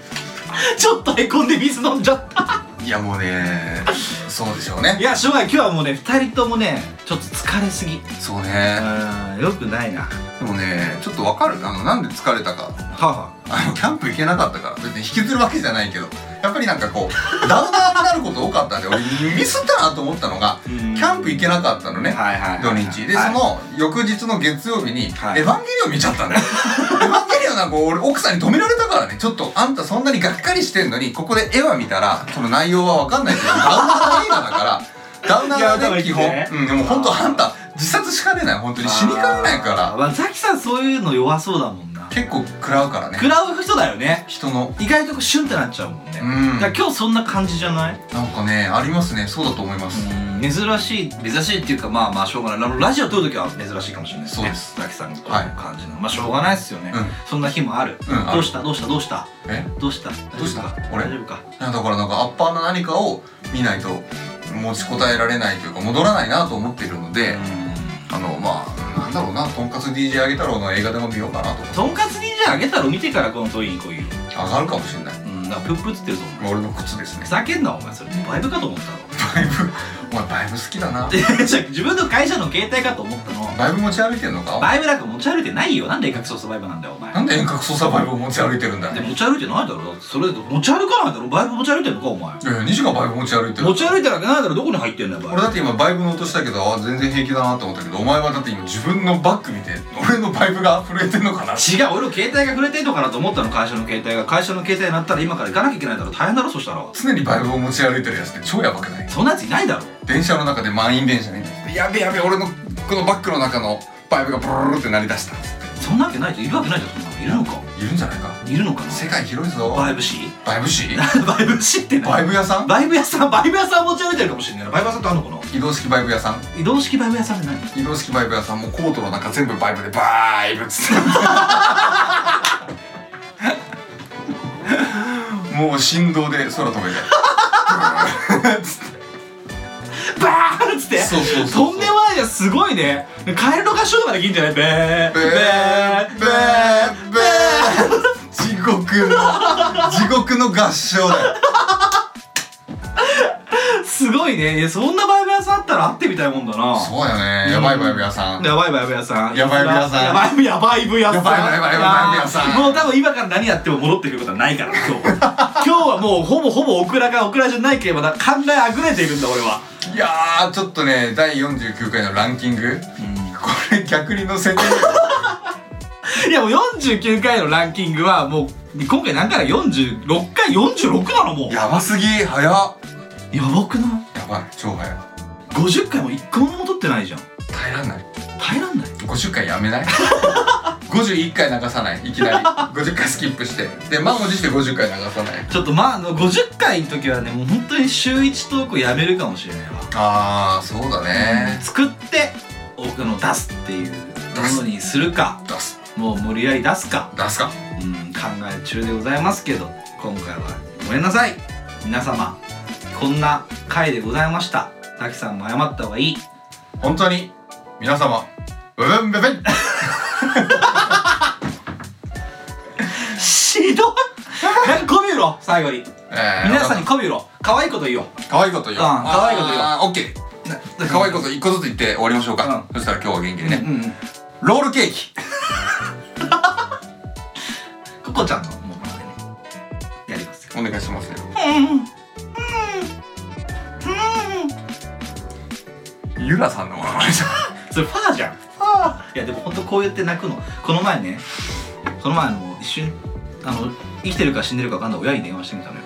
Speaker 4: ちょっとへこんで水飲んじゃった
Speaker 2: いやもうねそうでしょう
Speaker 4: い
Speaker 2: ね
Speaker 4: やしょうがない今日はもうね2人ともねちょっと疲れすぎ
Speaker 2: そうね
Speaker 4: うんよくないなは
Speaker 2: でもねちょっと分かるあのなんで疲れたか
Speaker 4: あは
Speaker 2: あのキャンプ行けなかったから別に引きずるわけじゃないけどやっぱりなんかこうダウナーになること多かったんで俺ミスったなと思ったのが
Speaker 4: キ
Speaker 2: キャンプ行けなかったのね
Speaker 4: はいはい
Speaker 2: 土
Speaker 4: はい
Speaker 2: 日で、
Speaker 4: は
Speaker 2: そ
Speaker 4: い
Speaker 2: の翌日の月曜日に「エヴァ
Speaker 4: は
Speaker 2: ン
Speaker 4: い
Speaker 2: ゲリオン」見ちゃった んだよエヴァンゲリオンなんか俺奥さんに止められたからねちょっとあんたそんなにがっかりしてんのにここで絵は見たらその内容は分かんないけどダウナーの映画だからダウナー
Speaker 4: い
Speaker 2: は
Speaker 4: や
Speaker 2: ね基本、
Speaker 4: だから言って
Speaker 2: うんでも本当あんた自殺しかねない本当に死にかねない
Speaker 4: あー
Speaker 2: から
Speaker 4: まあザキさんそういうの弱そうだもんな
Speaker 2: 結構食らうから
Speaker 4: 食
Speaker 2: ね
Speaker 4: らう人だよね
Speaker 2: 人の
Speaker 4: 意外とこうシュンってなっちゃうもんね
Speaker 2: うん
Speaker 4: だから今日そんな感じじゃない
Speaker 2: なんかねありますねそうだと思います、
Speaker 4: うん珍しい珍しいっていうかまあまあしょうがないあのラジオ撮るときは珍しいかもしれない
Speaker 2: そうです
Speaker 4: 滝さんと
Speaker 2: はい
Speaker 4: 感じの、まあしょうがないですよね、
Speaker 2: うん
Speaker 4: そんな日もある、
Speaker 2: うんある
Speaker 4: どうしたどうしたどうした
Speaker 2: え
Speaker 4: どうした
Speaker 2: どうした俺
Speaker 4: 大丈夫か
Speaker 2: いやだからなんかアッパーの何かを見ないと持ちこたえられないというか戻らないなと思っているので、あのまあなんだろうなとんかつ DJ あげ太郎の映画でも見ようかなと思って
Speaker 4: とんかつ DJ あげたら見てからこのトイレに来いよ
Speaker 2: 上がるかもしれない
Speaker 4: うんなんかプンプンつってるぞお前
Speaker 2: 俺の靴ですね
Speaker 4: ふざけんなお前それバイブかと思ったの
Speaker 2: バイブお前バイブ好きだな
Speaker 4: じゃあ自分の会社の携帯かと思ったの
Speaker 2: バイブ持ち歩いてんのか
Speaker 4: バイブなんか持ち歩いてないよなんで遠隔操作バイブなんだよお前
Speaker 2: なんで遠隔操作バイブを持ち歩いてるんだよ
Speaker 4: で持ち歩いてないだろだってそれで持ち歩かないだろバイブ持ち歩いてんのかお前
Speaker 2: いやいや西がバイブ持ち歩いてる
Speaker 4: 持ち歩いてるわけないだろどこに入ってんだよバイ
Speaker 2: 俺
Speaker 4: ブ
Speaker 2: だって今バイブの音したけどあ全然平気だなと思ったけどお前はだって今自分のバッグ見て俺のバイブが震えてんのかな
Speaker 4: 違う俺も携帯が触れてんのかなと思ったの会社の携帯が会社の携帯になったら今から行かなきゃいけないだろ大変だろそしたら
Speaker 2: 常にバイブを持ち歩いてるやつって超やばくない
Speaker 4: そんなやついないだろ
Speaker 2: 電車の中で満員電車ねやべやべ俺のこのバッグの中のバイブがブルルルって鳴り出した
Speaker 4: そんなわけないといるわけないじゃんそんなのいるのか
Speaker 2: いるんじゃないか
Speaker 4: いるのかな
Speaker 2: 世界広いぞ
Speaker 4: バイブシ ー
Speaker 2: バイブシー
Speaker 4: バイブシーって
Speaker 2: バイ
Speaker 4: 何
Speaker 2: ブ屋さん
Speaker 4: バイブ屋さんバイブ屋さん持ち歩いてるかもしれないなバイブ屋さんってあんのかな
Speaker 2: 移動式バイブ屋さん
Speaker 4: 移動式バイブ屋さんって何
Speaker 2: 移動式バイブ屋さんもコートの中全部バイブでバイブっつってもう振動で空飛べ
Speaker 4: バーンっつって
Speaker 2: てそうそう
Speaker 4: とんでもないじゃんすごいねカエルの合唱とかできんじゃないベーベ
Speaker 2: ベー
Speaker 4: ー
Speaker 2: ベ
Speaker 4: ベ
Speaker 2: ー
Speaker 4: ー
Speaker 2: ベー地獄の地獄の合唱だよ
Speaker 4: すごいねいやそんなバイブ屋さんあったら会ってみたいもんだな
Speaker 2: そうよねやばいバイブ屋さん
Speaker 4: やばいバイブ屋さん。
Speaker 2: やばいバイブ屋さん
Speaker 4: やばいやばいブ屋さ
Speaker 2: や
Speaker 4: ん。
Speaker 2: ばいやばいやばいバイブ屋さん
Speaker 4: もう多分今から何やっても戻ってくることはないから、今日。今日はもうほぼほぼオクラかオクラじゃないければな、考えあぐれているんだ、俺は。
Speaker 2: いやーちょっとね第49回のランキング、これ逆に載せてみよう
Speaker 4: いやもう49回のランキングはもう、今回何回だ ?46 回 ?46 なのもう。や
Speaker 2: やばすぎ早っや
Speaker 4: ばくない
Speaker 2: ばい超早い
Speaker 4: ?50 回も一個も戻ってないじゃん。
Speaker 2: 耐えらんない
Speaker 4: 耐えらんない。
Speaker 2: 50回やめない 51回流さないいきなり50回スキップしてで満を持して50回流さない
Speaker 4: ちょっとまあ、あの50回の時はね、もう本当に週1投稿やめるかもしれないわ。
Speaker 2: あーそうだね
Speaker 4: 作って、奥の出すっていうものにするか。
Speaker 2: 出す
Speaker 4: もう無理やり出すか、
Speaker 2: 出すか
Speaker 4: うん、考え中でございますけど今回はごめんなさい皆様こんな回でございました滝さんも謝った方がいい
Speaker 2: 本当に皆様ブブンブブン
Speaker 4: ひ どいなんかコビュロ最後に
Speaker 2: えー
Speaker 4: 皆さんにコビュロ可愛いこと言おう
Speaker 2: 可愛いこと言おう
Speaker 4: うん可愛いこと言おう
Speaker 2: あーオッケー可愛いこと一個ずつ言って終わりましょうか、そしたら今日は元気にね、
Speaker 4: うんうん
Speaker 2: ロールケーキ
Speaker 4: ココちゃんのものまねやりますよ
Speaker 2: お願いしますよゆらさんのものまねじゃん
Speaker 4: それファーじゃんファこうやって泣くのこの前ねこの前あの一瞬あの生きてるか死んでるか分かんない親に電話してみたの よ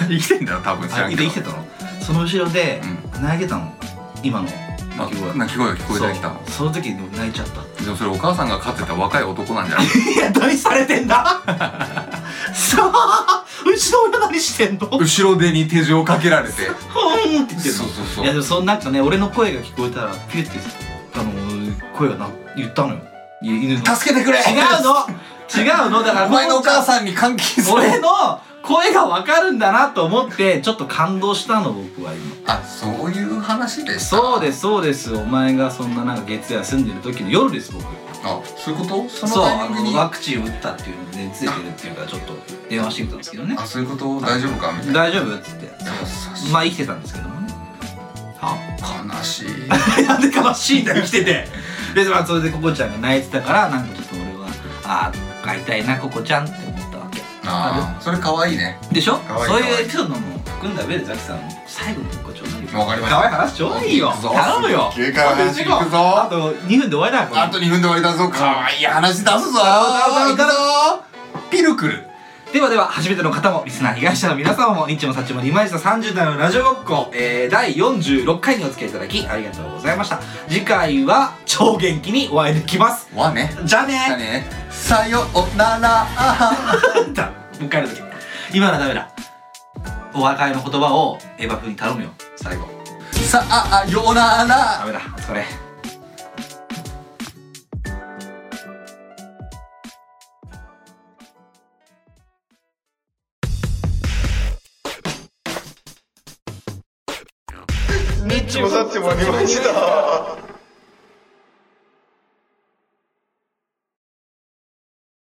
Speaker 2: 生きてんだよ多分知ら
Speaker 4: あ
Speaker 2: ん
Speaker 4: 生
Speaker 2: けど
Speaker 4: きて生きてたのその後ろで泣いてたの今の
Speaker 2: あ
Speaker 4: 泣き声
Speaker 2: 泣き声が聞こえてきた
Speaker 4: そうその時に泣いちゃった
Speaker 2: でもそれお母さんが飼ってた若い男なんじゃ ない
Speaker 4: いや何されてんだ さあうちの親何してんのうんっ
Speaker 2: 後ろ手に手錠かけられて
Speaker 4: て言ってる
Speaker 2: そう
Speaker 4: の
Speaker 2: そうそう
Speaker 4: いやでもそのなんかね俺の声が聞こえたらピュッてあの声がな言ったのよい犬の
Speaker 2: 助けてくれ
Speaker 4: 違うの違うのだから
Speaker 2: お前のお母
Speaker 4: ん
Speaker 2: さんに監禁する
Speaker 4: 俺の声が分かるんだなと思ってちょっと感動したの僕は今
Speaker 2: あそういう話でした
Speaker 4: そうですすそうですお前がそんななんか月夜住んでる時の夜です僕
Speaker 2: あそういうことその
Speaker 4: そう
Speaker 2: タ
Speaker 4: あ
Speaker 2: イミング
Speaker 4: の
Speaker 2: に
Speaker 4: ワ
Speaker 2: あ
Speaker 4: クチン打ったっていうのでついてるっていうからちょっと電話してきたんですけどね
Speaker 2: そういうこと大丈夫かみたいな
Speaker 4: 大丈夫っつって
Speaker 2: 優しい
Speaker 4: まあ生きてたんですけどもねは
Speaker 2: 悲しい
Speaker 4: なんで悲しいんだよ生きててでまあそれでココちゃんが泣いてたからなんかちょっと俺はああ会いたいなココちゃんって思ったわけ
Speaker 2: ああそれ可愛いね
Speaker 4: でしょ
Speaker 2: かわいい
Speaker 4: そういうエピソードも含んだ上でザキさん最後にこうちょうだいよ
Speaker 2: わかりました
Speaker 4: かわいい話ちょうだいよ
Speaker 2: 行くぞ
Speaker 4: 頼むよ
Speaker 2: すっげえかわいい話
Speaker 4: あと
Speaker 2: 行くぞ
Speaker 4: あと2分で終わりだこれ
Speaker 2: あと2分で終わりだぞ可愛い話出すぞ
Speaker 4: だろだろだ
Speaker 2: 行くぞピルクル
Speaker 6: ではでは初めての方もリスナー被害者の皆様もニッチもサッチもリマイズタ30代のラジオごっこ、えー、第46回にお付き合いいただきありがとうございました次回は超元気にお会いできます
Speaker 2: わね
Speaker 6: じゃあね
Speaker 2: じゃあねさようなら
Speaker 4: だもう一回やるとき今のはダメだお別れの言葉をエヴァ風に頼むよ最後
Speaker 2: さあようなら
Speaker 4: ダメだお疲れ
Speaker 5: ニッチもサッチも二枚舌